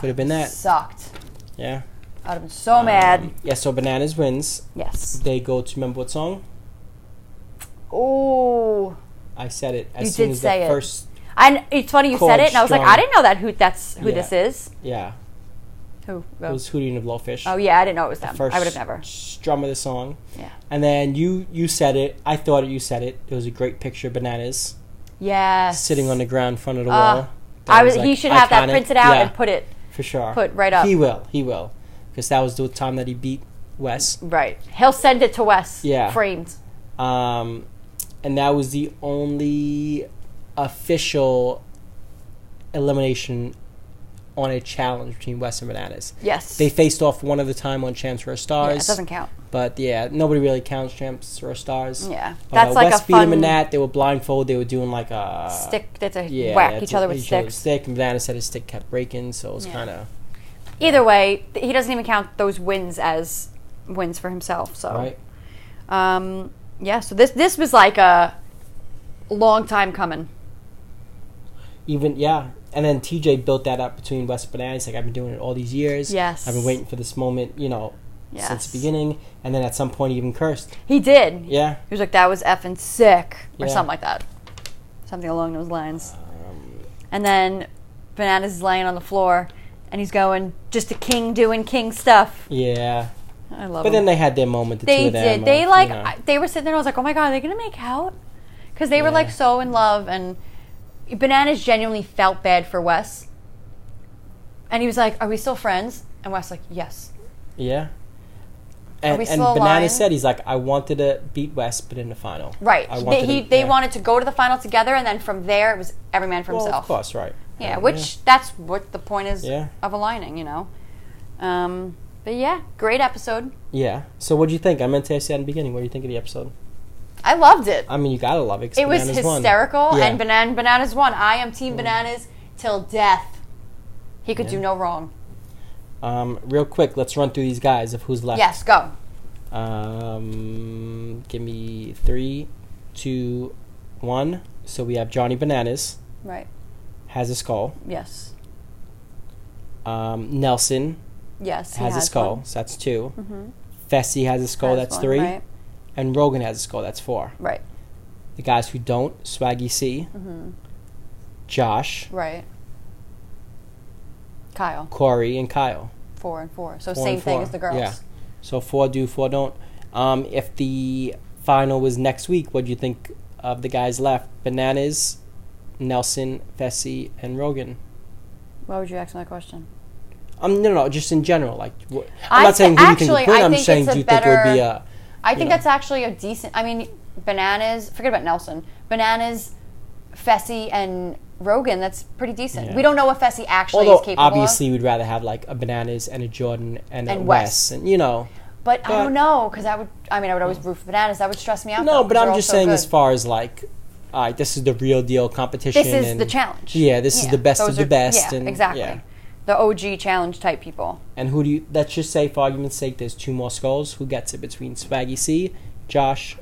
S1: could have been that.
S2: Sucked.
S1: Yeah.
S2: I would have been so mad.
S1: Um, yeah. So bananas wins.
S2: Yes.
S1: They go to remember what song?
S2: Ooh.
S1: I said it as
S2: You
S1: soon
S2: did
S1: as
S2: say
S1: the
S2: it.
S1: first.
S2: I, it's funny you
S1: Chord
S2: said it, and I was like,
S1: strong.
S2: I didn't know that who that's who
S1: Yeah.
S2: this is.
S1: Yeah,
S2: Who?
S1: it was Hootie and the Blowfish.
S2: oh yeah, I didn't know it was them.
S1: First
S2: I would have never.
S1: strum of the song,
S2: Yeah.
S1: and then you you said it. I thought it. You said it. It was a great picture. of Bananas
S2: Yes.
S1: sitting on the ground in front of the
S2: Ah.
S1: wall. That
S2: I was. he
S1: like,
S2: should have that
S1: iconic.
S2: printed out
S1: Yeah,
S2: and put it
S1: for sure.
S2: put right up.
S1: He will. He will, because that was the time that he beat Wes.
S2: right. He'll send it to Wes.
S1: Yeah.
S2: Framed.
S1: Um, and that was the only official elimination on a challenge between Wes and Bananas.
S2: Yes.
S1: They faced off one other time on Chance for
S2: yeah,
S1: Stars.
S2: it doesn't count.
S1: But yeah, nobody really counts champs or stars.
S2: Yeah.
S1: Uh,
S2: That's like
S1: West
S2: a
S1: beat him in
S2: fun-
S1: that. They were blindfolded. They were doing like a
S2: Stick. That's a
S1: uh, Yeah,
S2: whack
S1: that's
S2: each
S1: what
S2: other with
S1: each other
S2: sticks.
S1: Stick and Vanna said his stick kept breaking, so it was
S2: Yeah.
S1: kind of
S2: Either way, th- he doesn't even count those wins as wins for himself. So.
S1: right.
S2: Um. Yeah. So this this was like a long time coming.
S1: Even yeah, and then TJ built that up between West Bananas. Like I've been doing it all these years.
S2: Yes.
S1: I've been waiting for this moment. You know, since
S2: Yes.
S1: the beginning. And then at some point, he even cursed.
S2: He did.
S1: Yeah.
S2: He was like, that was effing sick, or
S1: Yeah.
S2: something like that. Something along those lines. and then Bananas is laying on the floor, and he's going, just a king doing king stuff.
S1: Yeah.
S2: I love
S1: But
S2: him.
S1: then they had their moment. The two
S2: They
S1: of them
S2: did. They,
S1: of,
S2: like,
S1: you know.
S2: I, they were sitting there, and I was like, oh my God, are they going to make out? Because they were,
S1: Yeah.
S2: like, so in love, and Bananas genuinely felt bad for Wes. And he was like, are we still friends? And Wes, like, yes.
S1: yeah. And,
S2: we
S1: and
S2: still
S1: Bananas
S2: aligned?
S1: said he's like, I wanted to beat West, but in the final.
S2: Right.
S1: I
S2: They,
S1: wanted
S2: he,
S1: to-
S2: they
S1: yeah.
S2: wanted to go to the final together, and then from there, it was every man for
S1: Well,
S2: himself.
S1: of course, right.
S2: Yeah, which that's what the point is
S1: Yeah.
S2: of aligning, you know. Um, but yeah, great episode.
S1: Yeah. So what do you think? I meant to say in the beginning. What do you think of the episode?
S2: I loved it.
S1: I mean, you gotta love it. 'cause
S2: it was
S1: Bananas won.
S2: hysterical,
S1: Yeah. Mm.
S2: and banana bananas won. I am team bananas till death. He could do
S1: Yeah.
S2: no wrong.
S1: Um, real quick, let's run through these guys of who's left.
S2: Yes, go.
S1: Um, give me three, two, one. So we have Johnny Bananas
S2: Right.
S1: has a skull.
S2: Yes.
S1: Um, Nelson
S2: Yes. he
S1: has, a skull.
S2: one. Mm-hmm.
S1: So that's 2 Fessy has a skull.
S2: Has
S1: that's
S2: one,
S1: three.
S2: Right.
S1: And Rogan has a skull. That's four.
S2: Right.
S1: The guys who don't: Swaggy C, Josh,
S2: Right. Kyle,
S1: Corey, and Kyle.
S2: four and four. So
S1: Four
S2: same
S1: and
S2: thing
S1: four.
S2: as the girls.
S1: Yeah. So four do, four don't. Um, if the final was next week, what do you think of the guys left? Bananas, Nelson, Fessy, and Rogan.
S2: Why would you ask me that question?
S1: Um, no, no, just in general. Like, wh-
S2: I
S1: I'm not saying
S2: thi-
S1: who you think
S2: actually,
S1: would win.
S2: I
S1: I'm
S2: think
S1: saying
S2: it's a
S1: do you think it would be
S2: better-
S1: a
S2: I think
S1: know.
S2: that's actually a decent. I mean, bananas. Forget about Nelson. Bananas, Fessy, and Rogan. That's pretty decent.
S1: Yeah.
S2: We don't know what Fessy actually
S1: although
S2: is capable
S1: obviously
S2: of,
S1: we'd rather have like a bananas and a Jordan and a
S2: And
S1: Wes
S2: Wes.
S1: and you know.
S2: but, I
S1: but-
S2: don't know because that would. I mean, I would always root for bananas. That would stress me out.
S1: No,
S2: though,
S1: but
S2: 'cause
S1: I'm
S2: they're
S1: just
S2: all so
S1: saying
S2: good.
S1: as far as like, all right, this is the real deal competition.
S2: this is the
S1: and-
S2: challenge.
S1: Yeah, this is the best
S2: those
S1: of the
S2: are-
S1: best.
S2: Yeah,
S1: and,
S2: exactly.
S1: yeah.
S2: The OG challenge type people.
S1: And who do you? Let's just say, for argument's sake, there's two more skulls. Who gets it between Swaggy C, Josh,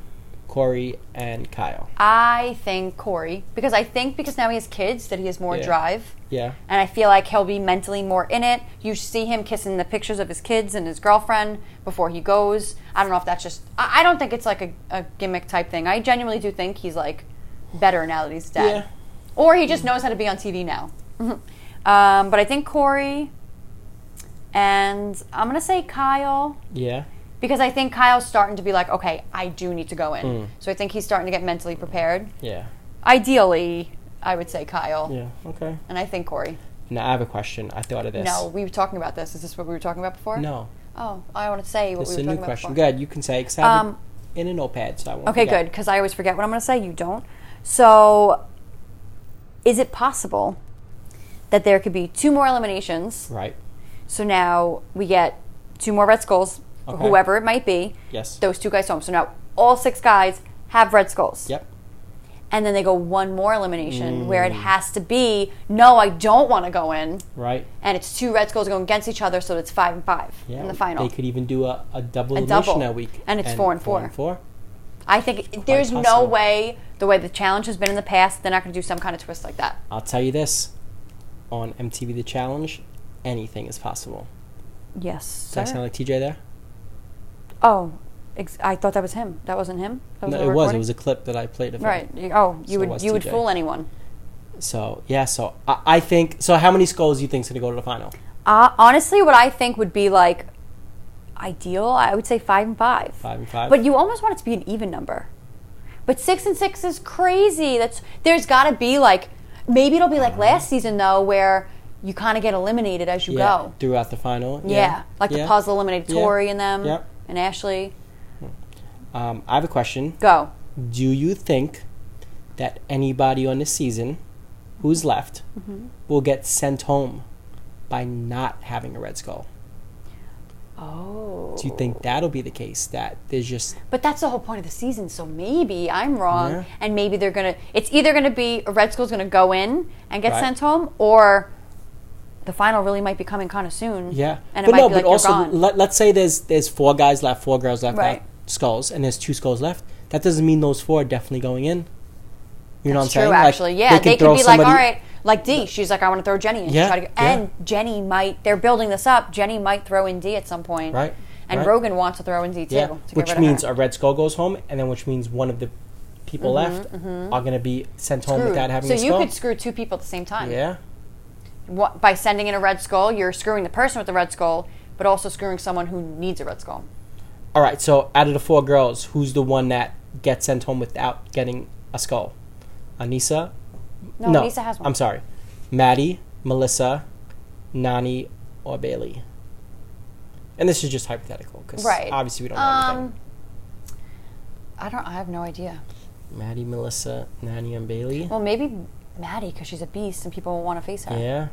S1: Corey, and Kyle.
S2: I think Corey because I think because now he has kids that he has more
S1: Yeah.
S2: drive.
S1: Yeah.
S2: And I feel like he'll be mentally more in it. You see him kissing the pictures of his kids and his girlfriend before he goes. I don't know if that's just. I, I don't think it's like a, a gimmick type thing. I genuinely do think he's like better now that he's dead.
S1: Yeah.
S2: Or he just knows how to be on TV now. um, but I think Corey and I'm going to say Kyle
S1: Yeah.
S2: because I think Kyle's starting to be like, okay, I do need to go
S1: Hmm.
S2: in. So I think he's starting to get mentally prepared.
S1: Yeah.
S2: Ideally, I would say Kyle.
S1: Yeah. Okay.
S2: And I think Corey.
S1: Now I have a question. I thought of this.
S2: No, we were talking about this. Is this what we were talking about before?
S1: No.
S2: Oh, I want to say what
S1: This is
S2: we
S1: a
S2: were
S1: new
S2: talking about
S1: question.
S2: before.
S1: Good. You can say because I have it
S2: Um,
S1: in a notepad, so I won't.
S2: Okay, good,
S1: forget.
S2: because I always forget what I'm going to say. You don't. So, is it possible that there could be two more eliminations?
S1: Right.
S2: So now we get two more Red Skulls,
S1: Okay.
S2: whoever it might be.
S1: Yes.
S2: Those two guys home. So now all six guys have Red Skulls.
S1: Yep. Mm.
S2: And then they go one more elimination where it has to be no, I don't want to go in.
S1: Right.
S2: And it's two Red Skulls going against each other, so it's five and five
S1: Yeah.
S2: in the final.
S1: They could even do a, a double
S2: A
S1: elimination
S2: double.
S1: that week.
S2: And it's four and
S1: four.
S2: four.
S1: and four.
S2: I think it- there's no
S1: possible.
S2: way the way the challenge has been in the past, they're not going to do some kind of twist like that.
S1: I'll tell you this: on MTV The Challenge, anything is possible.
S2: Yes,
S1: Does I sound like TJ there?
S2: oh, ex- I thought that was him. That wasn't him. That
S1: No,
S2: a
S1: it was. It
S2: recording?
S1: was a clip that I played of him.
S2: right. You- Oh, you
S1: So it
S2: would
S1: was
S2: you would
S1: TJ.
S2: fool anyone.
S1: So yeah. So I, I think. So how many skulls do you think is going to go to the final?
S2: Uh, honestly, what I think would be like ideal, I would say five and five.
S1: Five and five.
S2: But you almost want it to be an even number. But six and six is crazy. That's there's got to be like maybe it'll be like last season though, where you kind of get eliminated as you
S1: yeah,
S2: go.
S1: throughout the final.
S2: Yeah, like the
S1: yeah.
S2: puzzle eliminated
S1: Yeah.
S2: Tori and them
S1: Yep.
S2: and Ashley.
S1: Um, I have a question.
S2: Go.
S1: Do you think that anybody on this season who's left
S2: Mm-hmm.
S1: will get sent home by not having a red skull?
S2: Oh.
S1: Do you think that'll be the case? That there's just
S2: But that's the whole point of the season, so maybe I'm wrong,
S1: Yeah.
S2: and maybe they're gonna. It's either gonna be a Red Skull's gonna go in and get
S1: Right.
S2: sent home, or the final really might be coming kind of soon.
S1: yeah.
S2: and it
S1: but
S2: might
S1: no,
S2: be
S1: but
S2: like
S1: also
S2: you're gone.
S1: let, let's say there's there's four guys left, four girls left,
S2: Right.
S1: left skulls, and there's two skulls left. That doesn't mean those four are definitely going in. You know what
S2: That's
S1: I'm
S2: true,
S1: saying? Like,
S2: actually. yeah, they, could
S1: throw
S2: be like,
S1: somebody-
S2: all right, like D. She's like, I want to throw Jenny in. She's
S1: Yeah,
S2: trying to-
S1: yeah.
S2: And Jenny might. They're building this up. Jenny might throw in D at some point.
S1: Right,
S2: And
S1: right.
S2: Rogan wants to throw in D too.
S1: Yeah,
S2: to get
S1: which
S2: rid of
S1: means
S2: her.
S1: a red skull goes home, and then which means one of the people left are going to be sent home
S2: Mm-hmm, Screwed.
S1: without having
S2: so
S1: a
S2: you
S1: skull.
S2: could screw two people at the same time.
S1: yeah,
S2: what, by sending in a red skull, you're screwing the person with the red skull, but also screwing someone who needs a red skull.
S1: All right, so out of the four girls, who's the one that gets sent home without getting a skull? Anissa?
S2: No, Lisa has one.
S1: I'm sorry. Maddie, Melissa, Nani, or Bailey? And this is just hypothetical because
S2: Right.
S1: obviously we don't know
S2: Um, I don't. I have no idea.
S1: anything. Maddie, Melissa, Nani, and Bailey?
S2: Well, uh, maybe Maddie because she's a beast and people want to face her,
S1: yeah.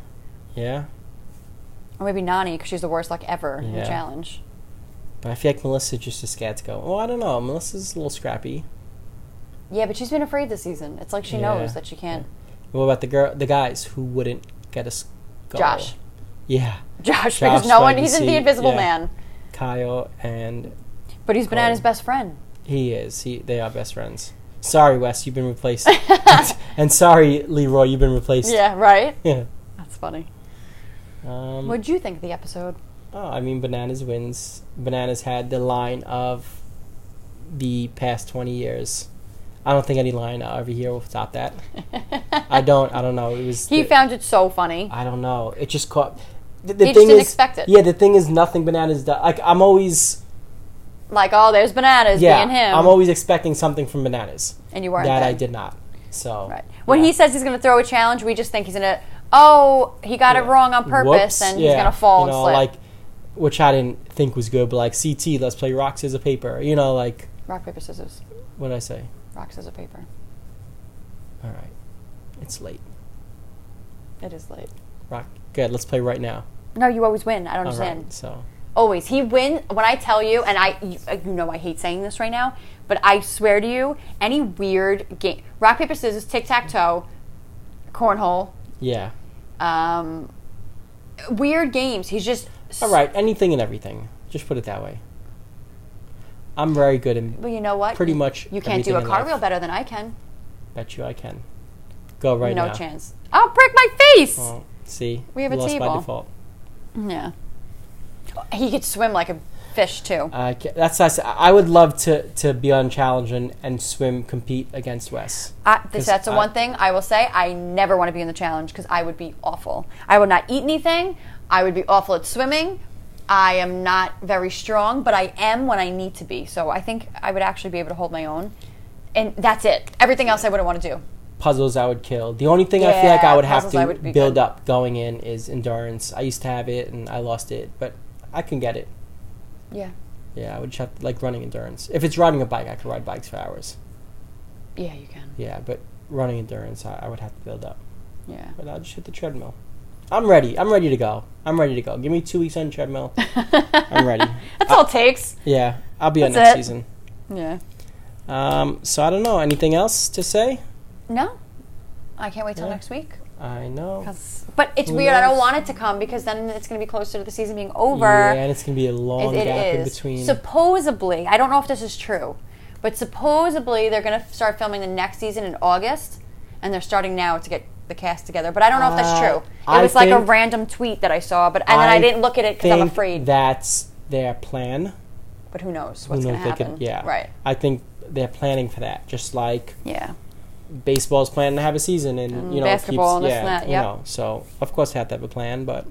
S1: Yeah.
S2: or maybe Nani because she's the worst luck ever in the
S1: Yeah.
S2: challenge.
S1: But I feel like Melissa just is scared to go. Oh, I don't know. Melissa's a little scrappy.
S2: Yeah, but she's been afraid this season. It's like she
S1: Yeah.
S2: knows that she can't.
S1: What about the girl, the guys who wouldn't get a skull?
S2: Josh,
S1: Yeah. Josh
S2: Josh, because no one.
S1: from
S2: He's in the
S1: NBC,
S2: Invisible
S1: yeah.
S2: Man,
S1: Kyle and
S2: but he's been at
S1: Corey.
S2: his best friend.
S1: He is. He. They are best friends. Sorry, Wes, you've been replaced. and sorry, Leroy, you've been replaced.
S2: Yeah, right.
S1: Yeah.
S2: That's funny.
S1: Um,
S2: What'd you think of the episode?
S1: oh, I mean, bananas wins. Bananas had the line of the past twenty years. I don't think any line every year will top that. I don't. I don't know. It was.
S2: He
S1: the-
S2: found it so funny.
S1: I don't know. It just caught. The, the
S2: He just
S1: thing
S2: didn't
S1: is,
S2: expect it.
S1: Yeah, the thing is, nothing bananas does. Like I'm always,
S2: Like, oh, there's bananas
S1: yeah,
S2: being him,
S1: I'm always expecting something from bananas
S2: and you weren't.
S1: that
S2: there.
S1: I did not. So
S2: Right. When
S1: yeah.
S2: he says he's going to throw a challenge, we just think he's going to, oh, he got it
S1: Yeah.
S2: wrong on purpose
S1: Whoops.
S2: and he's
S1: Yeah.
S2: going to fall
S1: You know,
S2: and slip.
S1: Like, which I didn't think was good, but like CT, let's play rock scissors paper. You know, like
S2: rock, paper, scissors.
S1: what did I say?
S2: Rock, scissors, paper.
S1: All right, it's late.
S2: It is late.
S1: Rock, good. Let's play right now.
S2: No, you always win. I don't
S1: All
S2: understand.
S1: right, so
S2: Always. He wins. When I tell you, and I, you, uh, you know I hate saying this right now, but I swear to you, any weird game, rock, paper, scissors, tic tac toe, cornhole,
S1: yeah.
S2: um, weird games. He's just.
S1: All right, anything and everything. Just put it that way. I'm very good in.
S2: But you know what?
S1: Pretty
S2: You-
S1: much
S2: You can't do
S1: everything
S2: a
S1: in
S2: cartwheel
S1: life.
S2: better than I can.
S1: Bet you I can. Go right
S2: no
S1: now.
S2: chance. I'll break my face.
S1: Oh, see,
S2: We have a
S1: lost by
S2: table.
S1: default.
S2: Yeah. He could swim like a fish too.
S1: I ca- that's I s- I would love to to be on challenge and, and swim compete against Wes.
S2: I, this,
S1: 'Cause
S2: that's the
S1: I-
S2: one thing I will say. I never want to be in the challenge because I would be awful. I would not eat anything. I would be awful at swimming. I am not very strong, but I am when I need to be. So I think I would actually be able to hold my own. And that's it. Everything else I wouldn't want to do.
S1: Puzzles I would kill. The only thing I feel like I
S2: Yeah,
S1: would have
S2: puzzles
S1: to
S2: I would be
S1: build
S2: good.
S1: up going in is endurance. I used to have it and I lost it, but I can get it.
S2: Yeah.
S1: Yeah, I would just have like running endurance. If it's riding a bike, I could ride bikes for hours.
S2: Yeah, you can.
S1: Yeah, but running endurance, I, I would have to build up.
S2: Yeah.
S1: But I'll just hit the treadmill. I'm ready. I'm ready to go. I'm ready to go. Give me two weeks on the treadmill. I'm ready.
S2: That's all it takes.
S1: Yeah, I'll be on
S2: That's
S1: next
S2: it.
S1: season.
S2: Yeah.
S1: Um, so I don't know. Anything else to say?
S2: No. I can't wait till
S1: Yeah.
S2: next week.
S1: I know.
S2: But it's
S1: Who
S2: weird. I don't
S1: knows?
S2: want it to come because then it's going to be closer to the season being over.
S1: Yeah, and it's gonna be a
S2: It-
S1: long
S2: it
S1: gap in
S2: is.
S1: between.
S2: Supposedly, I don't know if this is true, but supposedly they're going to start filming the next season in August, and they're starting now to get the cast together. But I don't know if that's
S1: Uh,
S2: true. It
S1: I
S2: was like a
S1: think-
S2: random tweet that I saw, but and then I, didn't look at it because I'm
S1: think
S2: afraid.
S1: That's their plan.
S2: but who knows
S1: Who
S2: what's going to
S1: knows they could-
S2: happen?
S1: yeah.
S2: Right.
S1: I think they're planning for that. Just like
S2: Yeah.
S1: baseball's planning to have a season, and, you know, it
S2: Mm. basketball and
S1: keeps,
S2: this
S1: yeah,
S2: and that,
S1: you
S2: yep.
S1: know. So of course they have to have a plan, but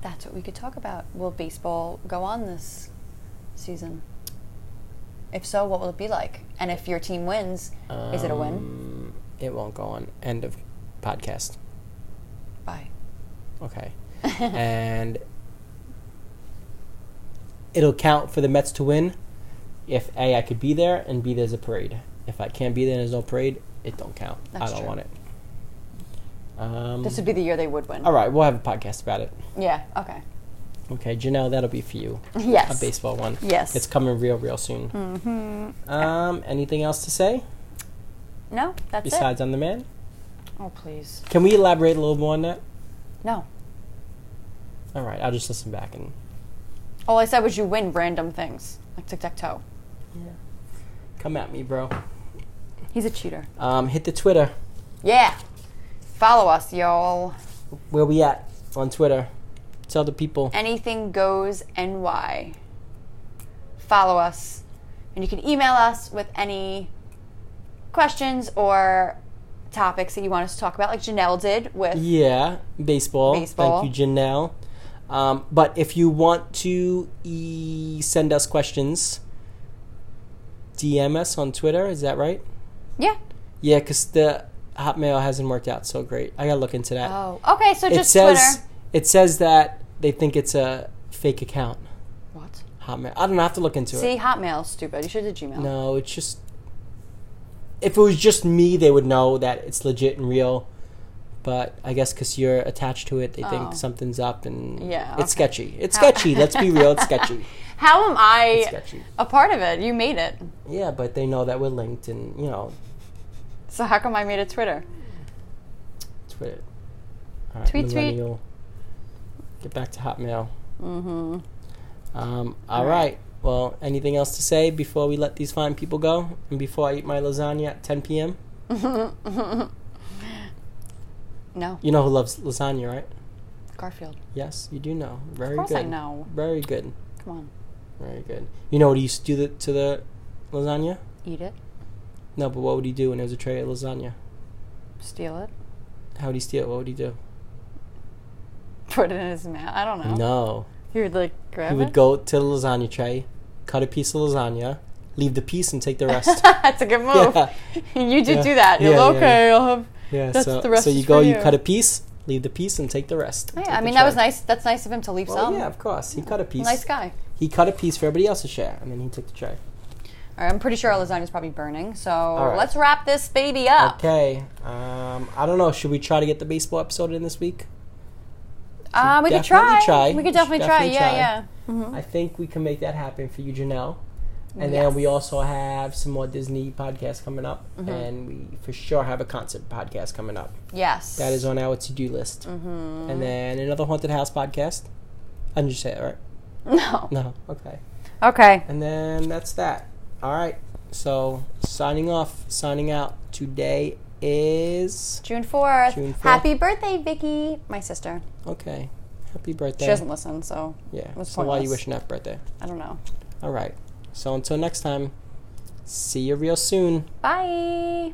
S2: That's what we could talk about. Will baseball go on this season? If so, what will it be like? And if your team wins, is it a win?
S1: um, It won't go on. End of podcast.
S2: Bye.
S1: Okay. and it'll count for the Mets to win if A I could be there and B there's a parade. If I can't be there and there's no parade, it don't count. I
S2: That's
S1: don't
S2: true.
S1: want it. Um,
S2: This would be the year they would win.
S1: all right, we'll have a podcast about it.
S2: Yeah. Okay.
S1: Okay, Janelle, that'll be for you.
S2: Yes.
S1: A baseball one.
S2: Yes.
S1: It's coming real, real soon. Mm-hmm. Um, anything else to say
S2: No, that's
S1: besides on the man?
S2: it. Oh, please.
S1: Can we elaborate a little more on that?
S2: No.
S1: All right, I'll just listen back and
S2: All I said was you win random things, like tic tac toe.
S1: come at me, bro.
S2: He's a cheater.
S1: Um, hit the Twitter.
S2: Yeah. Follow us, y'all.
S1: where we at on Twitter. Tell the people.
S2: Anything goes NY. Follow us. And you can email us with any questions or topics that you want us to talk about, like Janelle did with.
S1: Yeah, baseball.
S2: Baseball.
S1: Thank you, Janelle. Um, but if you want to e- send us questions, DM us on Twitter. Is that right?
S2: Yeah.
S1: Yeah, because the Hotmail hasn't worked out so great. I gotta look into that.
S2: Oh, okay, so
S1: it
S2: just
S1: says
S2: Twitter.
S1: it says that they think it's a fake account.
S2: What?
S1: Hotmail. I don't know. I have to look into
S2: See,
S1: it.
S2: Hotmail, stupid. You should have Gmail.
S1: No, it's just. If it was just me, they would know that it's legit and real. But I guess because you're attached to it, they think
S2: Oh.
S1: something's up and
S2: Yeah, okay.
S1: it's sketchy. It's sketchy. Let's be real. It's sketchy.
S2: How am
S1: It's
S2: I
S1: sketchy.
S2: a part of it? You made it.
S1: Yeah, but they know that we're linked, and you know,
S2: So how come I made a Twitter?
S1: Twitter. All right,
S2: Tweet, tweet.
S1: millennial. Get back to Hotmail. Mm-hmm. Um, all right.
S2: right.
S1: Well, anything else to say before we let these fine people go, and before I eat my lasagna at 10 p.m.?
S2: No,
S1: You know who loves lasagna, right?
S2: Garfield.
S1: Yes, you do know. Very
S2: Of course
S1: good.
S2: I know.
S1: Very good.
S2: Come on,
S1: Very good. You know what he used to do the, to the lasagna?
S2: eat it,
S1: No, but what would he do when there was a tray of lasagna?
S2: steal it,
S1: How would he steal it? What would he do?
S2: put it in his mouth. I don't know.
S1: No.
S2: He would like grab
S1: He would
S2: it.
S1: go to the lasagna tray, cut a piece of lasagna, leave the piece, and take the rest.
S2: That's a good move.
S1: yeah.
S2: you did
S1: Yeah.
S2: do that. You're
S1: Yeah,
S2: like,
S1: yeah,
S2: okay. I'll have.
S1: yeah
S2: That's
S1: so,
S2: the rest
S1: so
S2: is
S1: you go,
S2: for
S1: you
S2: you.
S1: cut a piece, leave the piece, and take the rest.
S2: Yeah,
S1: Take
S2: I
S1: the
S2: mean that was
S1: tray.
S2: nice. That's nice of him to leave
S1: Well,
S2: some.
S1: yeah, of course. He cut a piece.
S2: Nice guy.
S1: He cut a piece for everybody else to share, and then he took the tray.
S2: All right, I'm pretty sure our lasagna's probably burning. So
S1: right.
S2: let's wrap this baby up.
S1: Okay. Um, I don't know. Should we try to get the baseball episode in this week?
S2: Uh, we could
S1: Definitely
S2: try.
S1: try.
S2: We could definitely,
S1: Definitely
S2: try.
S1: try.
S2: Yeah,
S1: I think we can make that happen for you, Janelle. And
S2: Yes.
S1: then we also have some more Disney podcasts coming up, and we for sure have a concert podcast coming up.
S2: yeah. Yes.
S1: That is on our to do list. Mm-hmm. And then another haunted house podcast. I didn't just say that, right?
S2: no.
S1: No. Okay.
S2: Okay.
S1: And then that's that. All right. So signing off, signing out. Today is
S2: June 4th.
S1: June 4th.
S2: Happy birthday, Vicky. My sister.
S1: okay. Happy birthday.
S2: She doesn't listen, so
S1: yeah.
S2: was
S1: So why are you
S2: pointless.
S1: wishing happy birthday?
S2: I don't know.
S1: All right. So until next time, see you real soon.
S2: Bye.